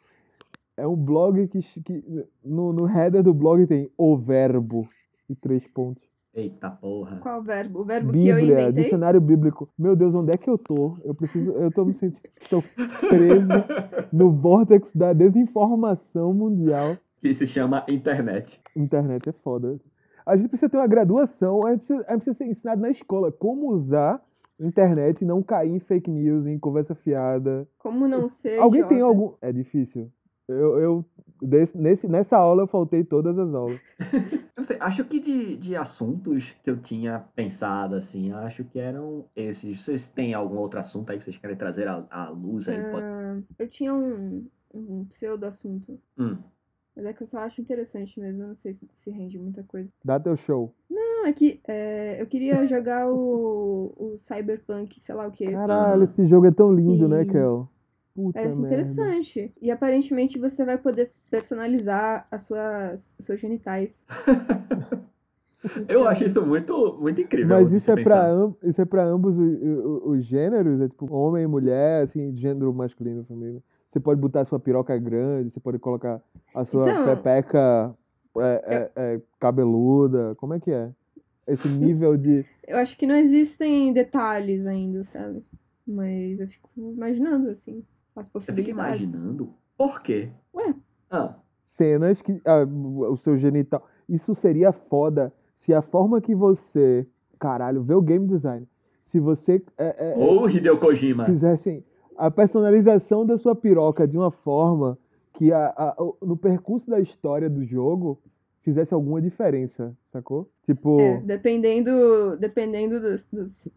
S2: É um blog que. ch- que no, no header do blog tem o verbo e três pontos.
S1: Eita porra.
S3: Ah, qual verbo? O verbo que eu
S2: Bíblia,
S3: inventei?
S2: dicionário bíblico. Meu Deus, onde é que eu tô? Eu preciso. Eu tô me sentindo. Estou preso no vórtex da desinformação mundial.
S1: Que se chama internet.
S2: Internet é foda. A gente precisa ter uma graduação, a gente precisa, a gente precisa ser ensinado na escola como usar internet e não cair em fake news, em conversa fiada.
S3: Como não ser
S2: Alguém tem
S3: idiota?
S2: algum. É difícil. Eu, eu desse- nesse, nessa aula eu faltei todas as aulas.
S1: Eu não sei, acho que de, de assuntos que eu tinha pensado, assim, acho que eram esses. Vocês têm algum outro assunto aí que vocês querem trazer à, à luz aí? Pode-
S3: Ah, eu tinha um, um pseudo assunto.
S1: Hum.
S3: Mas é que eu só acho interessante mesmo. Eu não sei se, se rende muita coisa.
S2: Dá teu show.
S3: Não, é que é, eu queria jogar o, o Cyberpunk, sei lá o quê.
S2: Caralho, esse jogo é tão lindo, né,
S3: Sim.
S2: Kel? Puta
S3: Parece
S2: merda.
S3: interessante. E aparentemente você vai poder personalizar as suas, os seus genitais.
S1: Eu
S3: Então,
S1: acho isso muito, muito incrível.
S2: Mas
S1: de
S2: isso
S1: se
S2: é, pra
S1: pensar.
S2: am- isso é pra ambos o- o- o- os gêneros? É tipo homem e mulher, assim, gênero masculino e feminino. Você pode botar a sua piroca grande, você pode colocar a sua
S3: Então-
S2: pepeca é, é, é, cabeluda. Como é que é? Esse nível de.
S3: Eu acho que não existem detalhes ainda, sabe? Mas eu fico imaginando, assim,
S1: Você
S3: as
S1: fica
S3: possibilidades.
S1: imaginando por quê?
S3: Ué.
S1: Ah,
S2: cenas que ah, o seu genital. Isso seria foda se a forma que você. Caralho, vê o game design. Se você é, é,
S1: ou Hideo Kojima.
S2: fizessem a personalização da sua piroca de uma forma que a- a- o- no percurso da história do jogo fizesse alguma diferença, sacou? Tipo,
S3: É, dependendo, dependendo dos, dos-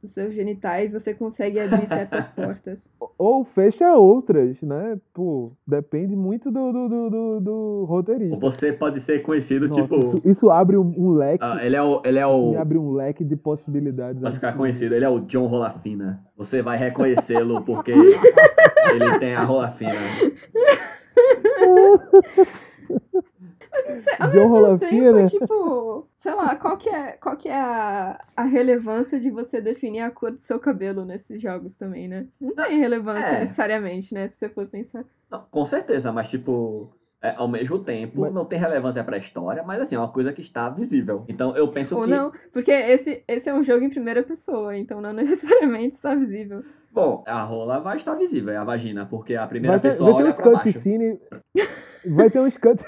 S3: dos seus genitais, você consegue abrir certas portas.
S2: ou fecha outras, né? Pô, depende muito do, do, do, do- do
S1: Ou
S2: roteirista.
S1: você pode ser conhecido,
S2: Nossa,
S1: tipo.
S2: isso, isso abre um, um leque.
S1: ah, ele é o. Ele é
S2: Me
S1: o
S2: abre um leque de possibilidades. né?
S1: Vai ficar
S2: absurdas.
S1: conhecido, ele é o John Rolafina. Você vai reconhecê-lo porque ele tem a Rolafina.
S3: Mas, ao
S2: John
S1: um
S3: mesmo
S2: Rolafina.
S3: tempo, é tipo, sei lá, qual que é, qual que é a, a relevância de você definir a cor do seu cabelo nesses jogos também, né? Não tem relevância
S1: é.
S3: necessariamente, né? Se você for pensar.
S1: Não, com certeza, mas tipo, é, ao mesmo tempo,
S2: Mas-
S1: não tem relevância pra história, mas assim, é uma coisa que está visível. Então eu penso
S3: Ou
S1: que.
S3: não, porque esse, esse é um jogo em primeira pessoa, então não necessariamente está visível.
S1: Bom, a rola vai estar visível, é a vagina, porque a primeira
S2: Vai ter,
S1: pessoa
S2: vai ter
S1: olha
S2: uns
S1: pra baixo.
S2: cutscene. Vai ter uns cut.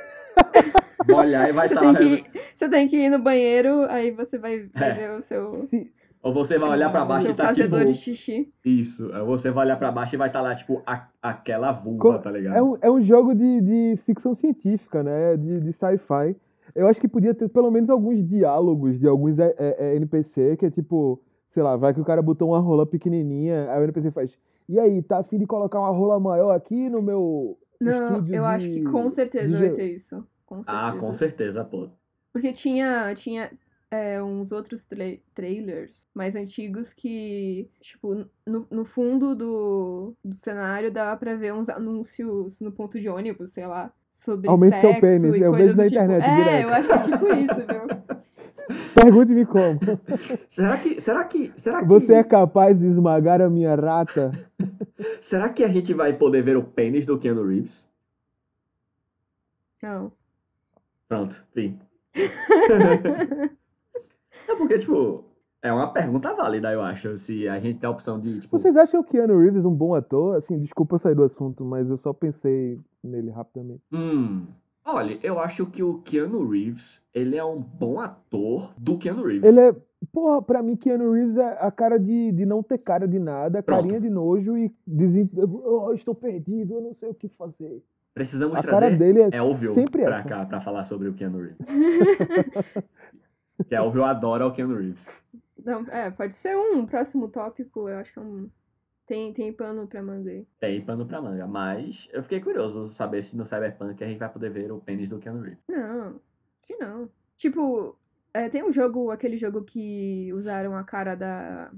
S1: Vai olhar e vai tá
S3: Você
S1: estar.
S3: tem, que ir, você tem que ir no banheiro, aí você vai, vai
S1: É.
S3: ver o seu,
S2: se-
S1: Ou você vai olhar pra
S3: o
S1: baixo
S3: seu
S1: e tá tipo.
S3: fazedor de xixi.
S1: Isso. Ou você vai olhar pra baixo e vai estar lá, tipo, a- aquela vulva,
S2: Co-
S1: tá ligado?
S2: É um, é um jogo de, de ficção científica, né? De, de sci-fi. Eu acho que podia ter pelo menos alguns diálogos de alguns é, é, é, NPC, que é tipo, sei lá, vai que o cara botou uma rola pequenininha, aí o NPC faz, e aí, tá afim de colocar uma rola maior aqui no meu
S3: Não,
S2: estúdio
S3: eu
S2: de-
S3: acho que com certeza
S2: de
S3: vai
S2: ge-
S3: ter isso. Com certeza.
S1: Ah, com certeza, pô.
S3: Porque tinha, tinha é, uns outros tra- trailers mais antigos que, tipo, no, no fundo do, do cenário dava pra ver uns anúncios no ponto de ônibus, sei lá, sobre
S2: Aumente seu
S3: sexo
S2: pênis,
S3: e
S2: eu vejo
S3: coisas
S2: na
S3: do tipo.
S2: internet
S3: É,
S2: direto.
S3: eu acho que é tipo isso, viu?
S2: Pergunte-me como.
S1: Será que, será que, será que,
S2: Você é capaz de esmagar a minha rata?
S1: será que a gente vai poder ver o pênis do Keanu Reeves?
S3: Não.
S1: Pronto, fim. é porque, tipo, é uma pergunta válida, eu acho, se a gente tem a opção de, tipo,
S2: Vocês acham o Keanu Reeves um bom ator? Assim, desculpa eu sair do assunto, mas eu só pensei nele rapidamente.
S1: hum, olha, eu acho que o Keanu Reeves, ele é um bom ator do Keanu Reeves.
S2: Ele é. Porra, pra mim, Keanu Reeves é a cara de, de não ter cara de nada,
S1: Pronto.
S2: carinha de nojo e dizem. Oh, estou perdido, eu não sei o que fazer.
S1: Precisamos
S2: A cara
S1: trazer
S2: dele é,
S1: é óbvio
S2: sempre
S1: pra
S2: essa.
S1: cá, pra falar sobre o Keanu Reeves. que é óbvio, adora o Keanu Reeves.
S3: Não, é, pode ser um próximo tópico, eu acho que é um. Tem, tem pano pra manga aí.
S1: Tem pano pra manga, mas eu fiquei curioso saber se no Cyberpunk a gente vai poder ver o pênis do Keanu Reeves.
S3: Não, que não. Tipo, é, tem um jogo, aquele jogo que usaram a cara da.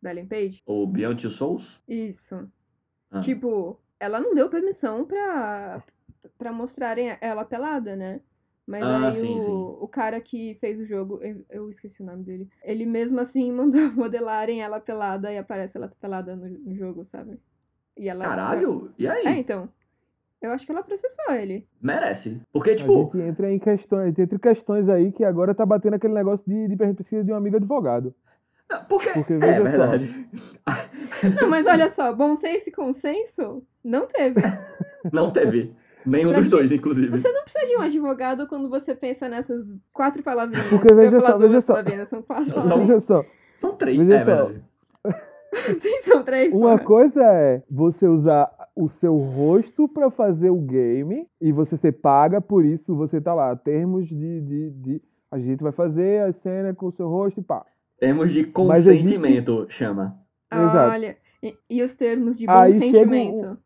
S3: da Ellen Page?
S1: O Beyond Two Souls?
S3: Isso.
S1: Ah,
S3: Tipo, ela não deu permissão pra, pra mostrarem ela pelada, né? Mas
S1: Ah,
S3: aí
S1: sim,
S3: o,
S1: sim.
S3: o cara que fez o jogo, eu, eu esqueci o nome dele, ele mesmo assim mandou modelarem ela pelada e aparece ela pelada no, no jogo, sabe? E ela.
S1: Caralho, e aí?
S3: É, então. Eu acho que ela processou ele.
S1: Merece. Porque,
S2: a
S1: tipo,
S2: gente entra em questões, entre questões aí que agora tá batendo aquele negócio de, de a gente precisa de um amigo advogado.
S1: não, porque...
S2: Porque
S1: É
S2: veja só.
S1: verdade.
S3: Não, mas olha só, bom senso e consenso não teve.
S1: Uhum. Não teve. Nenhum
S3: Pra
S1: dos
S3: quê?
S1: dois, inclusive.
S3: Você não precisa de um advogado quando você pensa nessas quatro palavrinhas.
S2: Porque
S3: Eu ia
S2: veja
S3: falar
S2: só,
S3: duas
S2: veja só.
S3: palavrinhas, são quatro
S1: São-
S3: palavrinhas.
S2: Veja só,
S1: São três.
S2: Veja
S1: É
S2: só.
S1: verdade.
S3: Sim, são três.
S2: uma
S3: porra.
S2: coisa é você usar o seu rosto pra fazer o game e você ser paga por isso, você tá lá, termos de, de, de- a gente vai fazer a cena com o seu rosto e pá.
S1: Temos de
S2: Mas existe-
S1: consentimento, chama.
S2: Exato.
S3: Olha, e, e os termos de bom
S2: Aí chega
S3: sentimento.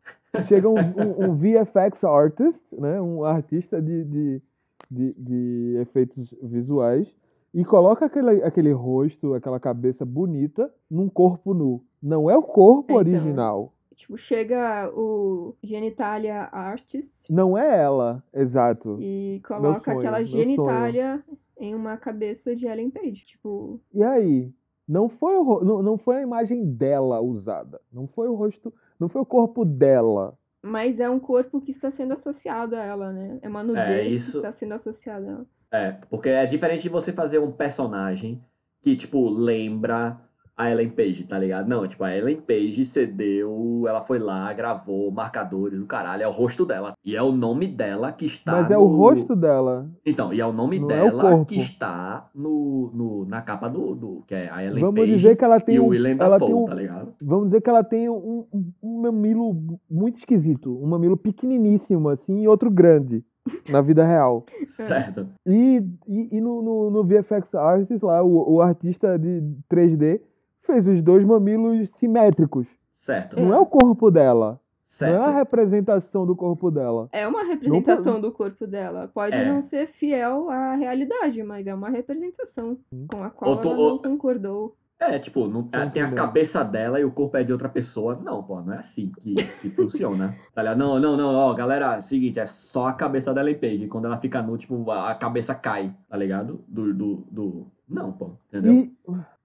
S2: Chega um, um- um VFX artist, né, um artista de, de, de, de efeitos visuais e coloca aquele, aquele rosto, aquela cabeça bonita num corpo nu. Não é o corpo
S3: Então.
S2: original.
S3: Tipo, chega o genitalia artist
S2: Não é ela, exato.
S3: e coloca
S2: sonho,
S3: aquela
S2: meu
S3: genitália em uma cabeça de Ellen Page. Tipo,
S2: E aí? Não foi, o, ro- não, não foi a imagem dela usada. Não foi o rosto. Não foi o corpo dela.
S3: mas é um corpo que está sendo associado a ela, né? É uma nudez
S1: isso-
S3: que está sendo associada a ela.
S1: É, porque é diferente de você fazer um personagem que, tipo, lembra a Ellen Page, tá ligado? Não, tipo, a Ellen Page cedeu, ela foi lá, gravou marcadores do caralho, é o rosto dela. E é o nome dela que está
S2: Mas é o
S1: Tá no-
S2: rosto dela.
S1: Então, e é o nome
S2: Não é o
S1: dela
S2: corpo.
S1: que está no, no- na capa do, do- que é a Ellen
S2: Vamos
S1: Page
S2: dizer que ela tem
S1: e o
S2: um.
S1: Willem
S2: Ela
S1: Dafoe,
S2: tem um
S1: tá ligado?
S2: vamos dizer que ela tem um, um- um mamilo muito esquisito. Um mamilo pequeniníssimo, assim, e outro grande. Na vida real.
S1: Certo.
S2: E, e, e no, no, no VFX Artist lá, o, o artista de 3D fez os dois mamilos simétricos.
S1: Certo.
S3: É.
S2: Não é o corpo dela. Não é a
S1: Certo.
S2: representação do corpo dela.
S3: É uma representação do corpo dela. Pode
S1: É.
S3: não ser fiel à realidade, mas é uma representação
S2: Hum.
S3: com a qual
S1: Ou tu-
S3: ela
S1: ou-
S3: não concordou.
S1: É, tipo, não, ela tem a
S2: entendendo.
S1: cabeça dela e o corpo é de outra pessoa. Não, pô, não é assim que, que funciona. Tá ligado? Não, não, não, ó, galera, é o seguinte, é só a cabeça dela e page. Quando ela fica nu, tipo, a, a cabeça cai, tá ligado? Do, do, do- Não, pô, entendeu?
S2: E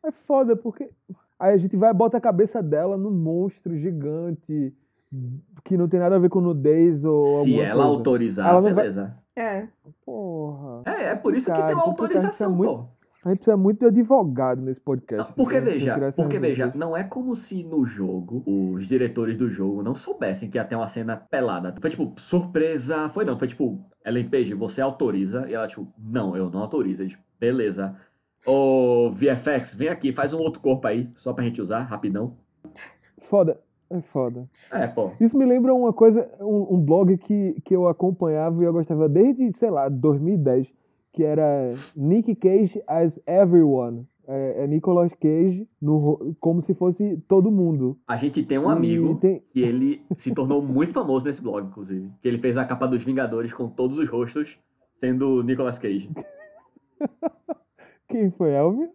S2: é foda, porque aí a gente vai e bota a cabeça dela num monstro gigante que não tem nada a ver com nudez ou
S1: Se
S2: alguma
S1: ela
S2: coisa.
S1: autorizar,
S2: Ela não vai-
S1: beleza.
S3: É,
S2: Porra.
S1: É, é por isso que
S2: Cara,
S1: tem uma
S2: porque o cara fica
S1: autorização,
S2: muito-
S1: pô.
S2: A gente precisa muito de advogado nesse podcast. né?
S1: Não, porque
S2: Tem que tirar
S1: veja,
S2: essas
S1: porque
S2: dúvidas.
S1: veja, não é como se no jogo os diretores do jogo não soubessem que ia ter uma cena pelada. Foi tipo, surpresa, foi não, foi tipo, Ellen Page, você autoriza? E ela tipo, não, eu não autorizo. Eles, beleza. Ô, VFX, vem aqui, faz um outro corpo aí, só pra gente usar, rapidão.
S2: Foda. É foda.
S1: É, pô.
S2: Isso me lembra uma coisa, um, um blog que, que eu acompanhava e eu gostava desde, sei lá, 2010, que era Nick Cage as Everyone. É, é Nicolas Cage no, ro- como se fosse todo mundo.
S1: A gente tem um
S2: E
S1: amigo
S2: tem-
S1: que ele se tornou muito famoso nesse blog, inclusive. Que ele fez a capa dos Vingadores com todos os rostos, sendo o Nicolas Cage.
S2: Quem foi, Elvio?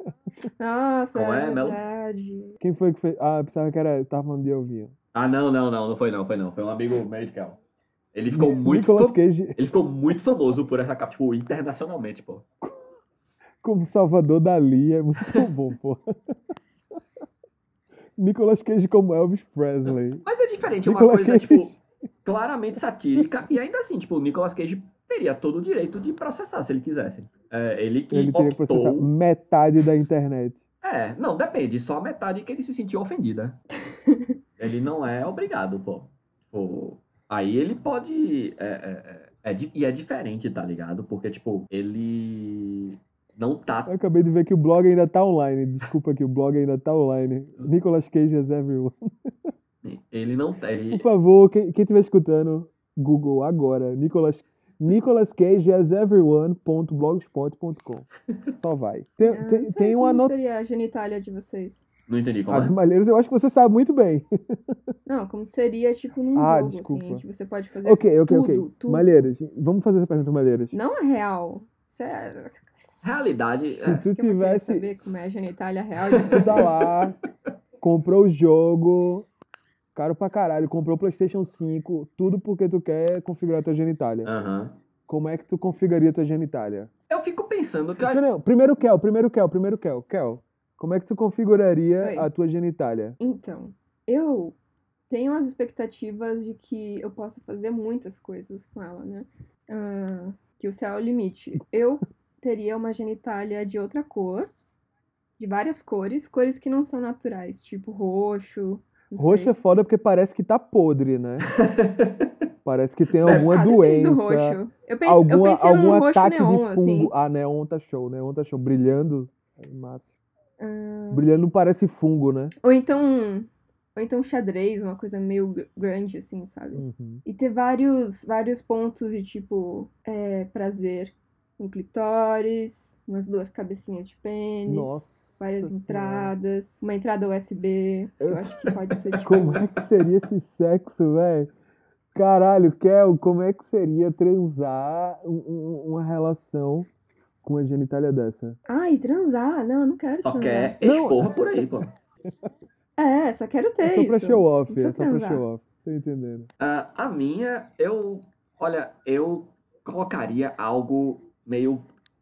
S3: Nossa,
S1: Como
S3: é,
S1: é, Melo?
S3: verdade.
S2: Quem foi que fez? Ah, pensava que era. Tava falando de Elvinho.
S1: Ah, não, não, não, não foi não, foi não. Foi um amigo medical. Ele ficou muito
S2: Nicolas
S1: fa-
S2: Cage
S1: Ele ficou muito famoso por essa capa, tipo, internacionalmente, pô.
S2: como Salvador Dali é muito bom, pô. Nicolas Cage como Elvis Presley.
S1: Mas é diferente, é uma
S2: Nicolas
S1: coisa,
S2: Cage.
S1: tipo, claramente satírica. E ainda assim, tipo, o Nicolas Cage teria todo o direito de processar se ele quisesse. É, ele que
S2: Ele teria que processar
S1: optou.
S2: metade da internet.
S1: É, não, depende. Só a metade que ele se sentiu ofendida. ele não é obrigado, pô. Tipo, aí ele pode. É, é, é, é di- e é diferente, tá ligado? Porque, tipo, ele não tá
S2: Eu acabei de ver que o blog ainda tá online. Desculpa que o blog ainda tá online. Nicolas Cage is everyone.
S1: Ele não tá. Ele,
S2: Por favor, quem, quem estiver escutando, Google agora. Nicolas, Nicolas Cage as everyone.blogspot.com. Só vai. Tem,
S3: Eu
S2: tem,
S3: Ah, não sei
S2: tem uma
S3: como
S2: nota.
S3: seria a genitália de vocês.
S1: não entendi como
S2: Ah,
S1: é.
S2: de Malheiros, eu acho que você sabe muito bem.
S3: Não, como seria, tipo, num
S2: Ah,
S3: jogo,
S2: desculpa.
S3: assim, que você pode fazer
S2: Ok, ok,
S3: tudo,
S2: ok.
S3: tudo.
S2: Malheiros, vamos fazer essa pergunta, Malheiros.
S3: Não é real. Sério.
S1: Realidade.
S2: Se
S1: É,
S2: tu
S3: Ah, Que eu vou querer
S2: tivesse.
S3: saber como é a genitália real.
S2: Tu tá lá, comprou o jogo, caro pra caralho, comprou o PlayStation 5, tudo porque tu quer configurar tua genitália.
S1: aham.
S2: Como é que tu configuraria tua genitália?
S1: Eu fico pensando que.
S2: Não, não, primeiro Kel, primeiro Kel, primeiro Kel. Kel, como é que tu configuraria
S3: Oi.
S2: a tua genitália?
S3: Então, eu tenho as expectativas de que eu possa fazer muitas coisas com ela, né? Ah, que o céu é o limite. Eu teria uma genitália de outra cor, de várias cores, cores que não são naturais, tipo roxo, não
S2: Roxo é
S3: sei.
S2: foda porque parece que tá podre, né? parece que tem alguma
S3: ah, depende
S2: doença.
S3: do roxo. Eu, pense,
S2: Alguma,
S3: eu pensei
S2: algum
S3: num roxo
S2: ataque
S3: neon,
S2: de fungo.
S3: assim.
S2: Ah, neon tá show, neon tá show. Brilhando. é massa.
S3: Ah,
S2: Brilhando não parece fungo, né?
S3: ou então. Ou então xadrez, uma coisa meio gr- grande, assim, sabe?
S2: Uhum.
S3: E ter vários, vários pontos de tipo é, prazer. Um clitóris, umas duas cabecinhas de pênis,
S2: Nossa.
S3: várias
S2: Senhora.
S3: entradas, uma entrada USB, que eu acho que pode ser tipo.
S2: Como é que seria esse sexo, velho? Caralho, Kel, como é que seria transar um- um- uma relação com a genitália dessa?
S3: Ai, transar. Não, eu não quero
S1: Só
S3: transar.
S1: quer
S2: Não.
S1: expor por aí, pô.
S3: É, só quero ter
S2: é só pra
S3: isso.
S2: show off,
S3: Não
S2: é só
S3: precisa
S2: pra
S3: transar.
S2: show off. Tô entendendo.
S1: Ah, a minha, eu. Olha, eu colocaria algo meio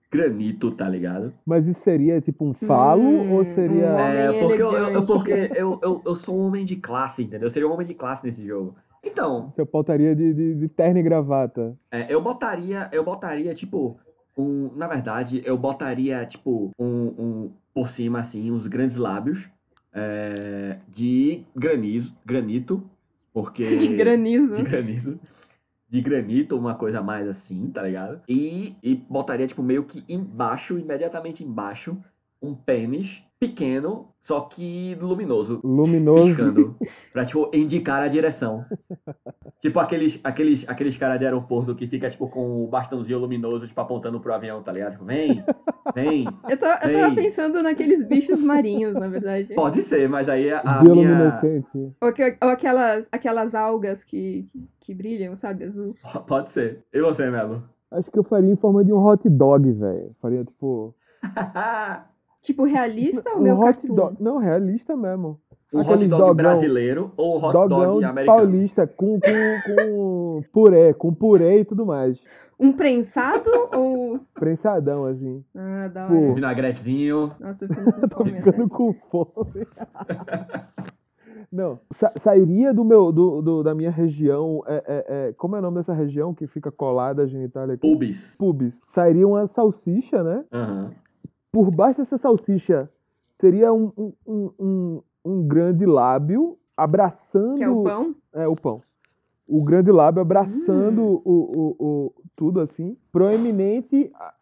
S1: granito, tá ligado?
S2: Mas isso seria tipo um falo
S3: Hum,
S2: ou
S3: um
S2: seria.
S1: É,
S3: Homem
S1: porque, eu, eu-
S3: elegante.
S1: porque eu, eu, eu sou um homem de classe, entendeu? Eu seria um homem de classe nesse jogo. Então,
S2: Você pautaria de, de, de terno e gravata?
S1: É, eu botaria, eu botaria, tipo, um. Na verdade, eu botaria, tipo, um, um por cima, assim, uns grandes lábios é, de granizo, granito, porque.
S3: De granizo.
S1: De granizo. De granito, uma coisa mais assim, tá ligado? E, e botaria, tipo, meio que embaixo, imediatamente embaixo, um pênis pequeno, só que luminoso,
S2: Luminoso.
S1: piscando. pra, tipo, indicar a direção. Tipo aqueles, aqueles, aqueles caras de aeroporto que fica, tipo, com o bastãozinho luminoso, tipo, apontando pro avião, tá ligado? Tipo, vem, vem.
S3: Eu, tô, eu tava
S1: Ei.
S3: pensando naqueles bichos marinhos, na verdade.
S1: Pode ser, mas aí a, a minha...
S2: Bioluminescente.
S3: Ou, que- ou aquelas, aquelas algas que, que, que brilham, sabe? Azul.
S1: Pode ser. E você, Melo?
S2: Acho que eu faria em forma de um hot dog, velho. Faria tipo.
S3: Tipo, realista ou
S2: um
S3: meu
S2: hot
S3: cartoon?
S2: dog. Não, realista mesmo.
S1: um hot
S2: Aqueles
S1: dog
S2: dogão.
S1: brasileiro ou um hot
S2: Dogão
S1: dog
S2: de
S1: americano?
S2: paulista com, com, com purê, com purê e tudo mais.
S3: Um prensado ou.
S2: Prensadão, assim.
S3: Ah, da
S2: Pô.
S1: Um
S3: hora.
S1: vinagretezinho.
S3: Nossa, tô ficando com né?
S2: Tô
S3: fome.
S2: ficando com fome. Não, sa- sairia do meu, do, do- da minha região, é, é, é, como é o nome dessa região que fica colada a genitália aqui?
S1: Pubis.
S2: Pubis. Sairia uma salsicha, né?
S1: Aham.
S2: Por baixo dessa salsicha, seria um, um, um, um- um grande lábio abraçando...
S3: Que é o pão?
S2: É, o pão. O grande lábio abraçando o, o, o- tudo assim, proeminente a-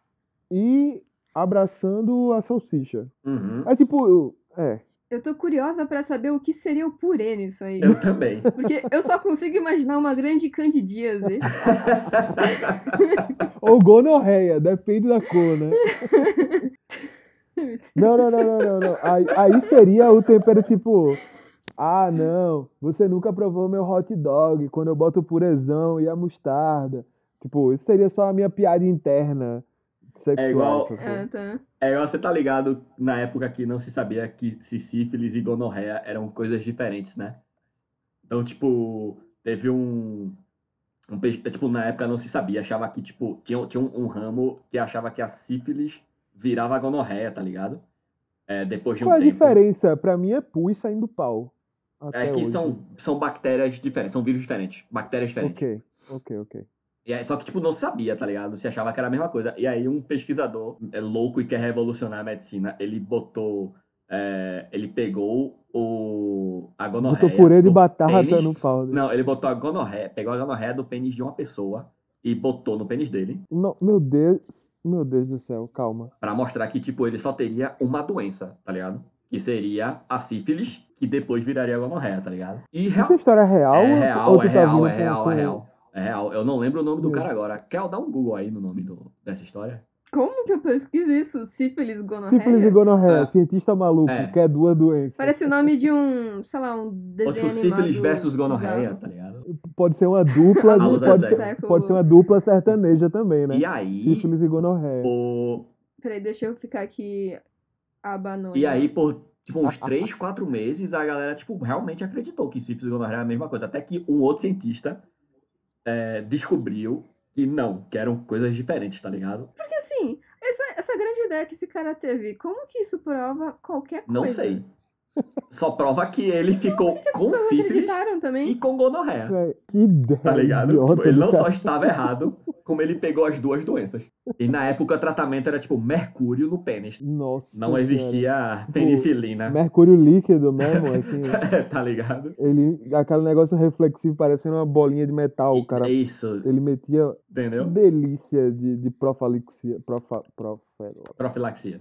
S2: e abraçando a salsicha.
S1: Uhum.
S2: É tipo, é.
S3: Eu tô curiosa pra saber o que seria o purê nisso aí.
S1: Eu também.
S3: Porque eu só consigo imaginar uma grande candidíase.
S2: Ou gonorreia, depende da cor, né? Não, não, não, não, não, não. Aí, aí seria o tempero tipo. Ah, não, você nunca provou meu hot dog quando eu boto o purezão e a mostarda. Tipo, isso seria só a minha piada interna sexual.
S1: É igual-
S2: sacou?
S3: Ah, tá.
S1: É, igual você tá ligado na época que não se sabia que se sífilis e gonorreia eram coisas diferentes, né? Então, tipo, teve um. um pes- tipo, na época não se sabia, achava que, tipo, tinha, tinha um, um ramo que achava que a sífilis virava a gonorreia, tá ligado? É, depois de um
S2: Qual é a
S1: tempo.
S2: diferença? Pra mim é pus saindo do pau.
S1: É
S2: Até
S1: que
S2: hoje.
S1: são, são bactérias diferentes, são vírus diferentes, bactérias diferentes.
S2: Ok, ok, ok.
S1: E aí, só que, tipo, não sabia, tá ligado? Se achava que era a mesma coisa. E aí, um pesquisador é louco e quer revolucionar a medicina, ele botou. é, ele pegou o. A
S2: Bota
S1: gonorreia.
S2: o purê de
S1: do
S2: batata
S1: pênis.
S2: no pau. né? dele.
S1: Não, ele botou a gonorreia. Pegou a gonorreia do pênis de uma pessoa e botou no pênis dele
S2: Não, meu Deus, meu Deus do céu, calma.
S1: pra mostrar que, tipo, ele só teria uma doença, tá ligado? Que seria a sífilis, que depois viraria a gonorreia, tá ligado? E
S2: Essa
S1: realmente.
S2: história é real?
S1: É
S2: ou-
S1: real,
S2: ou
S1: é
S2: tu tá
S1: real,
S2: vindo
S1: é
S2: com-
S1: real,
S2: com-
S1: é real. É real. Eu não lembro o nome do
S2: Meu.
S1: cara agora. Quer dar um Google aí no nome do, dessa história?
S3: Como que eu pesquiso isso? Sífilis, gonorreia?
S2: Sífilis e gonorreia,
S1: É.
S2: cientista maluco,
S1: É.
S2: quer duas doenças.
S3: Parece o nome de um, sei lá, um
S1: Ou
S3: desenho
S1: tipo,
S3: animado.
S1: sífilis versus gonorreia,
S3: bizarro.
S1: tá ligado?
S2: Pode ser uma dupla,
S1: Alô,
S2: de- pode,
S1: Deserto.
S2: ser, pode ser uma dupla sertaneja também, né?
S1: E aí,
S2: Sífilis e gonorreia.
S1: o...
S3: Peraí, deixa eu ficar aqui abanando.
S1: e aí por tipo, uns 3, 4 meses, a galera tipo, realmente acreditou que sífilis e gonorreia é a mesma coisa. Até que um outro cientista é, descobriu que não, que eram coisas diferentes, tá ligado?
S3: Porque assim, essa, essa grande ideia que esse cara teve, como que isso prova qualquer coisa?
S1: Não sei. Só prova que ele ficou
S3: é. Por que as
S1: com
S3: pessoas
S1: sífilis
S3: acreditaram também?
S1: e com gonorreia.
S2: É, Que ideia
S1: Tá ligado?
S2: idiota
S1: Tipo, ele
S2: do
S1: não
S2: cara.
S1: só estava errado, como ele pegou as duas doenças. E na época o tratamento era tipo mercúrio no pênis.
S2: Nossa
S1: Não
S3: é,
S2: senhora.
S1: existia
S3: né? Tipo,
S1: penicilina.
S2: Mercúrio líquido mesmo, assim.
S1: tá ligado?
S2: ele, aquele negócio reflexivo parecendo uma bolinha de metal, Ah, o cara.
S1: É Isso,
S2: Ele metia
S1: entendeu?
S2: delícia de, de profilaxia. Profa, profe-
S1: Profilaxia.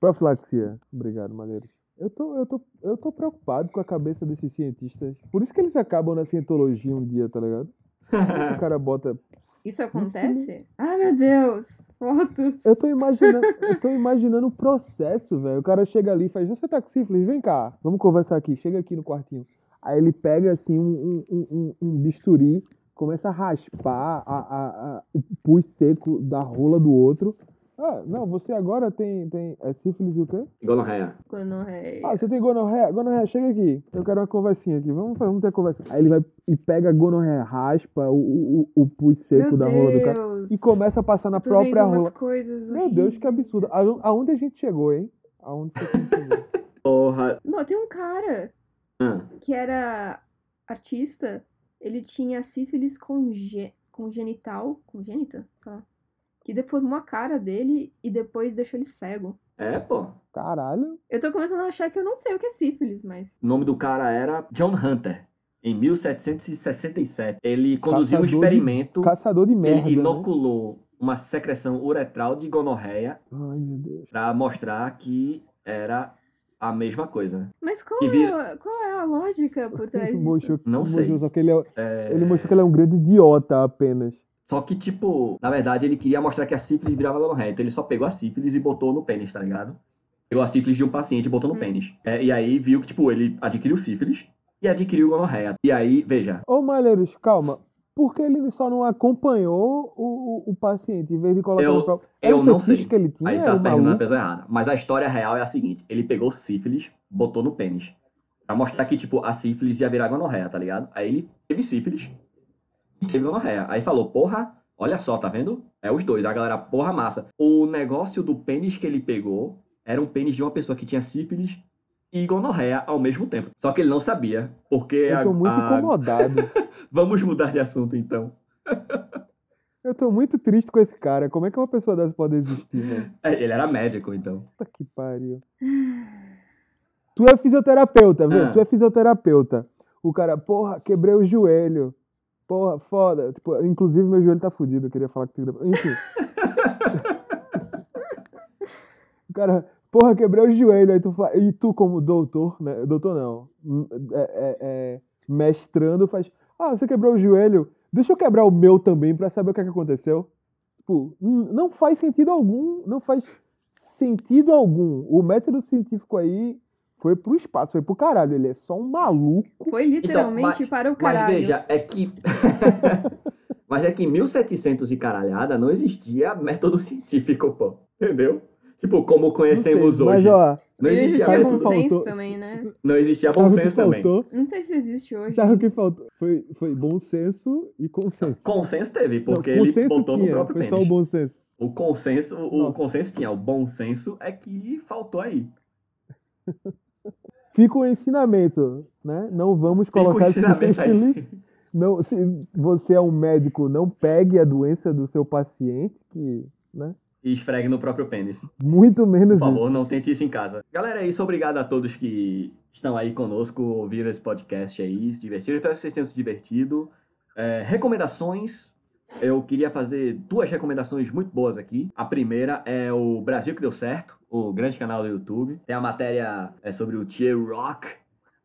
S2: Profilaxia. Obrigado, Madeira. Eu tô, eu, tô, eu tô preocupado com a cabeça desses cientistas. Por isso que eles acabam na cientologia um dia, tá ligado? O cara bota.
S3: Isso acontece? Ah, meu Deus! Fotos!
S2: Uhum. Eu tô imaginando, eu tô imaginando o processo, velho. O cara chega ali e faz, você tá com sífilis? Vem cá, vamos conversar aqui, chega aqui no quartinho. Aí ele pega assim um, um, um, um bisturi, começa a raspar a, a, a- o pus seco da rola do outro. Ah, não, você agora tem, tem é sífilis e o quê?
S1: Gonorreia.
S3: Gonorreia.
S2: Ah, você tem gonorreia? Gonorreia, chega aqui. Eu quero uma conversinha aqui. Vamos, fazer- vamos ter uma conversa. Aí ele vai e pega a gonorreia, raspa o, o, o o pus seco
S3: meu
S2: da
S3: Deus.
S2: rola do cara e começa a passar na
S3: Eu tô
S2: própria
S3: vendo umas
S2: rola.
S3: coisas
S2: Meu Deus, que
S3: horríveis.
S2: absurdo. Aon- Aonde a gente chegou, hein? Aonde que a gente chegou?
S1: Porra.
S3: Bom, tem um cara
S1: Ah,
S3: que era artista, ele tinha sífilis conge- congenital, congênita, sei lá, que deformou a cara dele e depois deixou ele cego.
S1: É, pô.
S2: Caralho.
S3: Eu tô começando a achar que eu não sei o que é sífilis, mas
S1: O nome do cara era John Hunter. Em 1767, ele conduziu um
S2: Caçador de-
S1: experimento
S2: Caçador de
S1: que ele
S2: merda. né?
S1: inoculou uma secreção uretral de gonorreia
S2: Ai, meu Deus.
S1: pra mostrar que era a mesma coisa.
S3: mas qual
S1: Que
S3: é,
S1: vira-
S3: a- qual é a lógica por trás disso?
S2: Mostrou-
S1: Não
S2: mostrou
S1: sei.
S2: só que ele, é-
S1: É,
S2: ele mostrou que ele é um grande idiota apenas.
S1: Só que, tipo, na verdade ele queria mostrar que a sífilis virava gonorreia. Então ele só pegou a sífilis e botou no pênis, tá ligado? Pegou a sífilis de um paciente e botou no
S3: Hum.
S1: pênis. É, e aí viu que, tipo, ele adquiriu sífilis e adquiriu gonorreia. E aí, veja,
S2: Ô, Malheiros, calma. Por que ele só não acompanhou o, o, o paciente em vez de colocar
S1: Eu-
S2: no próprio.
S1: eu
S2: um
S1: não
S2: fetiche
S1: sei.
S2: que ele tinha?
S1: aí você
S2: Era
S1: tá
S2: um
S1: perguntando a
S2: maluco?
S1: pessoa errada. Mas a história real é a seguinte: ele pegou sífilis, botou no pênis. Pra mostrar que, tipo, a sífilis ia virar gonorreia, tá ligado? Aí ele teve sífilis e teve gonorreia. Aí falou, porra, olha só, tá vendo? É os dois. A galera, porra, massa. O negócio do pênis que ele pegou era um pênis de uma pessoa que tinha sífilis e gonorreia ao mesmo tempo. Só que ele não sabia, porque
S2: Eu tô
S1: a-
S2: muito
S1: a-
S2: incomodado.
S1: Vamos mudar de assunto, então.
S2: Eu tô muito triste com esse cara. Como é que uma pessoa dessa pode existir, velho?
S1: É, Ele era médico, então.
S2: Puta que pariu. Tu é fisioterapeuta, velho.
S1: Ah.
S2: Tu é fisioterapeuta. O cara, porra, quebrei o joelho. Porra, foda. Tipo, inclusive meu joelho tá fudido, eu queria falar contigo depois. Enfim. o cara, porra, quebrei o joelho. Aí tu fa... E tu, como doutor, né? Doutor não. Hum, É, é- é, mestrando, faz. Ah, você quebrou o joelho. Deixa eu quebrar o meu também pra saber o que, é que aconteceu. Tipo, hum, não faz sentido algum. Não faz sentido algum. O método científico aí foi pro espaço, foi pro caralho. Ele é só um maluco.
S3: Foi literalmente
S1: Então, mas-
S3: para o
S1: Mas
S3: caralho.
S1: veja, é que. Mas é que em 1700 e caralhada não existia método científico, pô. Entendeu? Tipo, como
S2: Não sei,
S1: conhecemos
S2: Mas
S1: hoje.
S2: ó,
S1: não,
S3: Ele
S1: existia
S3: existia
S2: Sabe o
S3: bom
S1: método,
S2: que faltou?
S3: senso também, né?
S1: não existia bom
S2: sabe o que
S1: senso também.
S2: faltou?
S3: Não sei se existe hoje.
S2: Sabe o que faltou? Foi, foi bom senso e consenso.
S1: Consenso teve, porque
S2: Não,
S1: ele
S2: consenso
S1: botou no
S2: tinha,
S1: próprio
S2: foi só
S1: pênis.
S2: o bom senso.
S1: O consenso, o
S2: Nossa.
S1: consenso tinha, o bom senso é que faltou aí.
S2: Fica o ensinamento, né? Não vamos
S1: Fica o
S2: colocar esse
S1: ensinamento
S2: infeliz-
S1: aí.
S2: Não, se você é um médico, não pegue a doença do seu paciente, que
S1: E esfregue no próprio pênis.
S2: muito menos
S1: Por
S2: isso.
S1: favor, não tente isso em casa. Galera, é isso. Obrigado a todos que estão aí conosco, ouviram esse podcast aí, se divertiram. Espero que vocês tenham se divertido. É, recomendações. Eu queria fazer duas recomendações muito boas aqui. A primeira é o Brasil que deu certo, o grande canal do YouTube. Tem a matéria é, sobre o Tier Rock,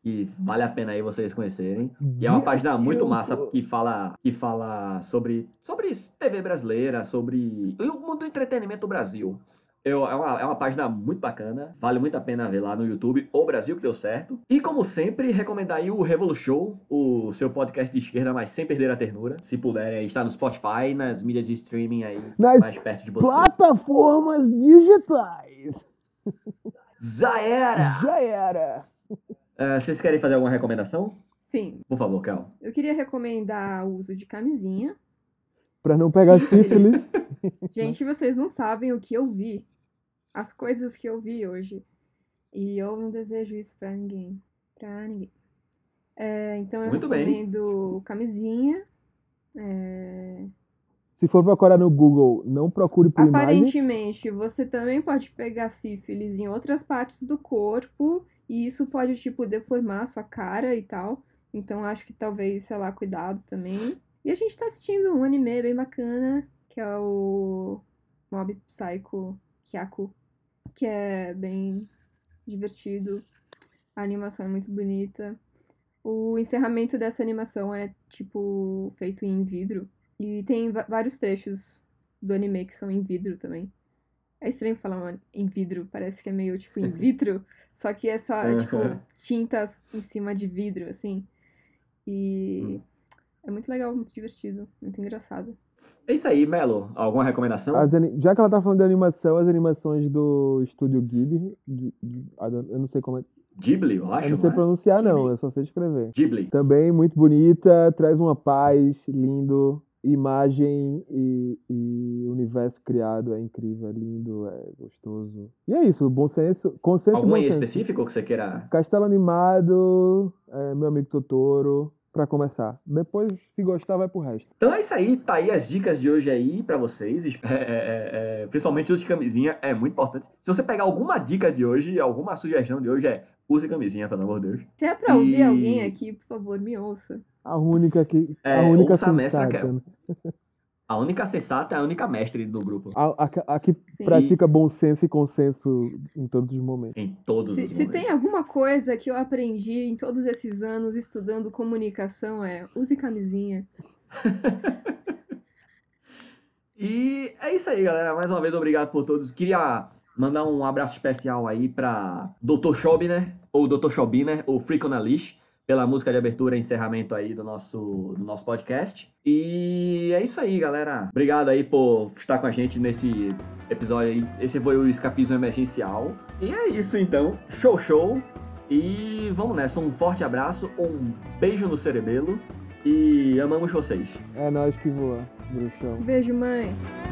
S1: que vale a pena aí vocês conhecerem. E é uma página muito massa que fala, que fala sobre, sobre TV brasileira, sobre e o mundo do entretenimento do Brasil. Eu- é, uma, é uma página muito bacana, vale muito a pena ver lá no YouTube, O Brasil que deu certo. E como sempre, recomendar aí o Revolu Show, o seu podcast de esquerda, mas sem perder a ternura. Se puderem, está no Spotify, nas mídias de streaming aí
S2: Nas
S1: mais perto de você.
S2: plataformas digitais.
S1: Já era!
S2: Já era.
S1: Eh, vocês querem fazer alguma recomendação?
S3: Sim.
S1: Por favor, Kel.
S3: Eu queria recomendar o uso de camisinha.
S2: Pra não pegar
S3: Sífilis.
S2: sífilis.
S1: Uhum.
S3: Gente, vocês não sabem o que eu vi. As coisas que eu vi hoje. E eu não desejo isso pra ninguém. Pra ninguém. É, então eu
S1: Muito bem.
S3: recomendo camisinha. É,
S2: Se for procurar no Google, não procure por imagem.
S3: Aparentemente, você também pode pegar sífilis em outras partes do corpo. E isso pode, tipo, deformar a sua cara e tal. Então acho que talvez, sei lá, cuidado também. E a gente tá assistindo um anime bem bacana, que é o Mob Psycho Kyaku, que é bem divertido. A animação é muito bonita. O encerramento dessa animação é tipo feito em vidro e tem va- vários trechos do anime que são em vidro também. É estranho falar uma- em vidro, parece que é meio tipo in vitro, só que é só tipo
S1: Aham.
S3: tintas em cima de vidro assim.
S1: Hum.
S3: E é muito legal, muito divertido, muito engraçado.
S1: É isso aí, Melo. Alguma recomendação?
S2: As ani- Já que ela tá falando de animação, as animações do estúdio Ghibli, Ghi- Ghi- ah, eu não sei como é,
S1: Ghibli, eu acho.
S2: eu não sei
S1: né?
S2: pronunciar não,
S3: Ghibli.
S2: eu só sei escrever.
S1: Ghibli.
S2: Também muito bonita, traz uma paz, lindo, imagem e, e universo criado, é incrível, é lindo, é gostoso. E é isso, bom senso, consenso e
S1: Algum
S2: bom
S1: em
S2: senso.
S1: específico que você queira?
S2: Castelo Animado, é, Meu Amigo Totoro, pra começar. Depois, se gostar, vai pro resto.
S1: Então é isso aí, tá aí as dicas de hoje aí pra vocês. É, é, é, é, principalmente use camisinha, é muito importante. Se você pegar alguma dica de hoje, alguma sugestão de hoje, é use camisinha, pelo amor de Deus.
S3: Se é pra ouvir
S1: E-
S3: alguém aqui, por favor, me ouça.
S2: A única que...
S1: É,
S2: a única
S1: ouça a mestra
S2: sensata,
S1: Kel.
S2: né?
S1: A única sensata é a única mestre do grupo.
S2: a, a, que- a que
S3: Sim.
S2: pratica bom senso e consenso em todos os momentos.
S1: Em todos
S3: Se,
S1: os
S3: se
S1: momentos.
S3: tem alguma coisa que eu aprendi em todos esses anos estudando comunicação é use camisinha.
S1: E é isso aí, galera. Mais uma vez, obrigado por todos. Queria mandar um abraço especial aí pra Dr. Schobner, ou Dr. Schobiner, ou Freak on a Leash, pela música de abertura e encerramento aí do nosso, do nosso podcast. E é isso aí, galera. Obrigado aí por estar com a gente nesse episódio aí. Esse foi o Escapismo Emergencial. E é isso, então. Show, show. E vamos nessa. Um forte abraço, um beijo no cerebelo. E amamos vocês.
S2: É nós que voa, bruxão.
S3: Beijo, mãe.
S4: Thank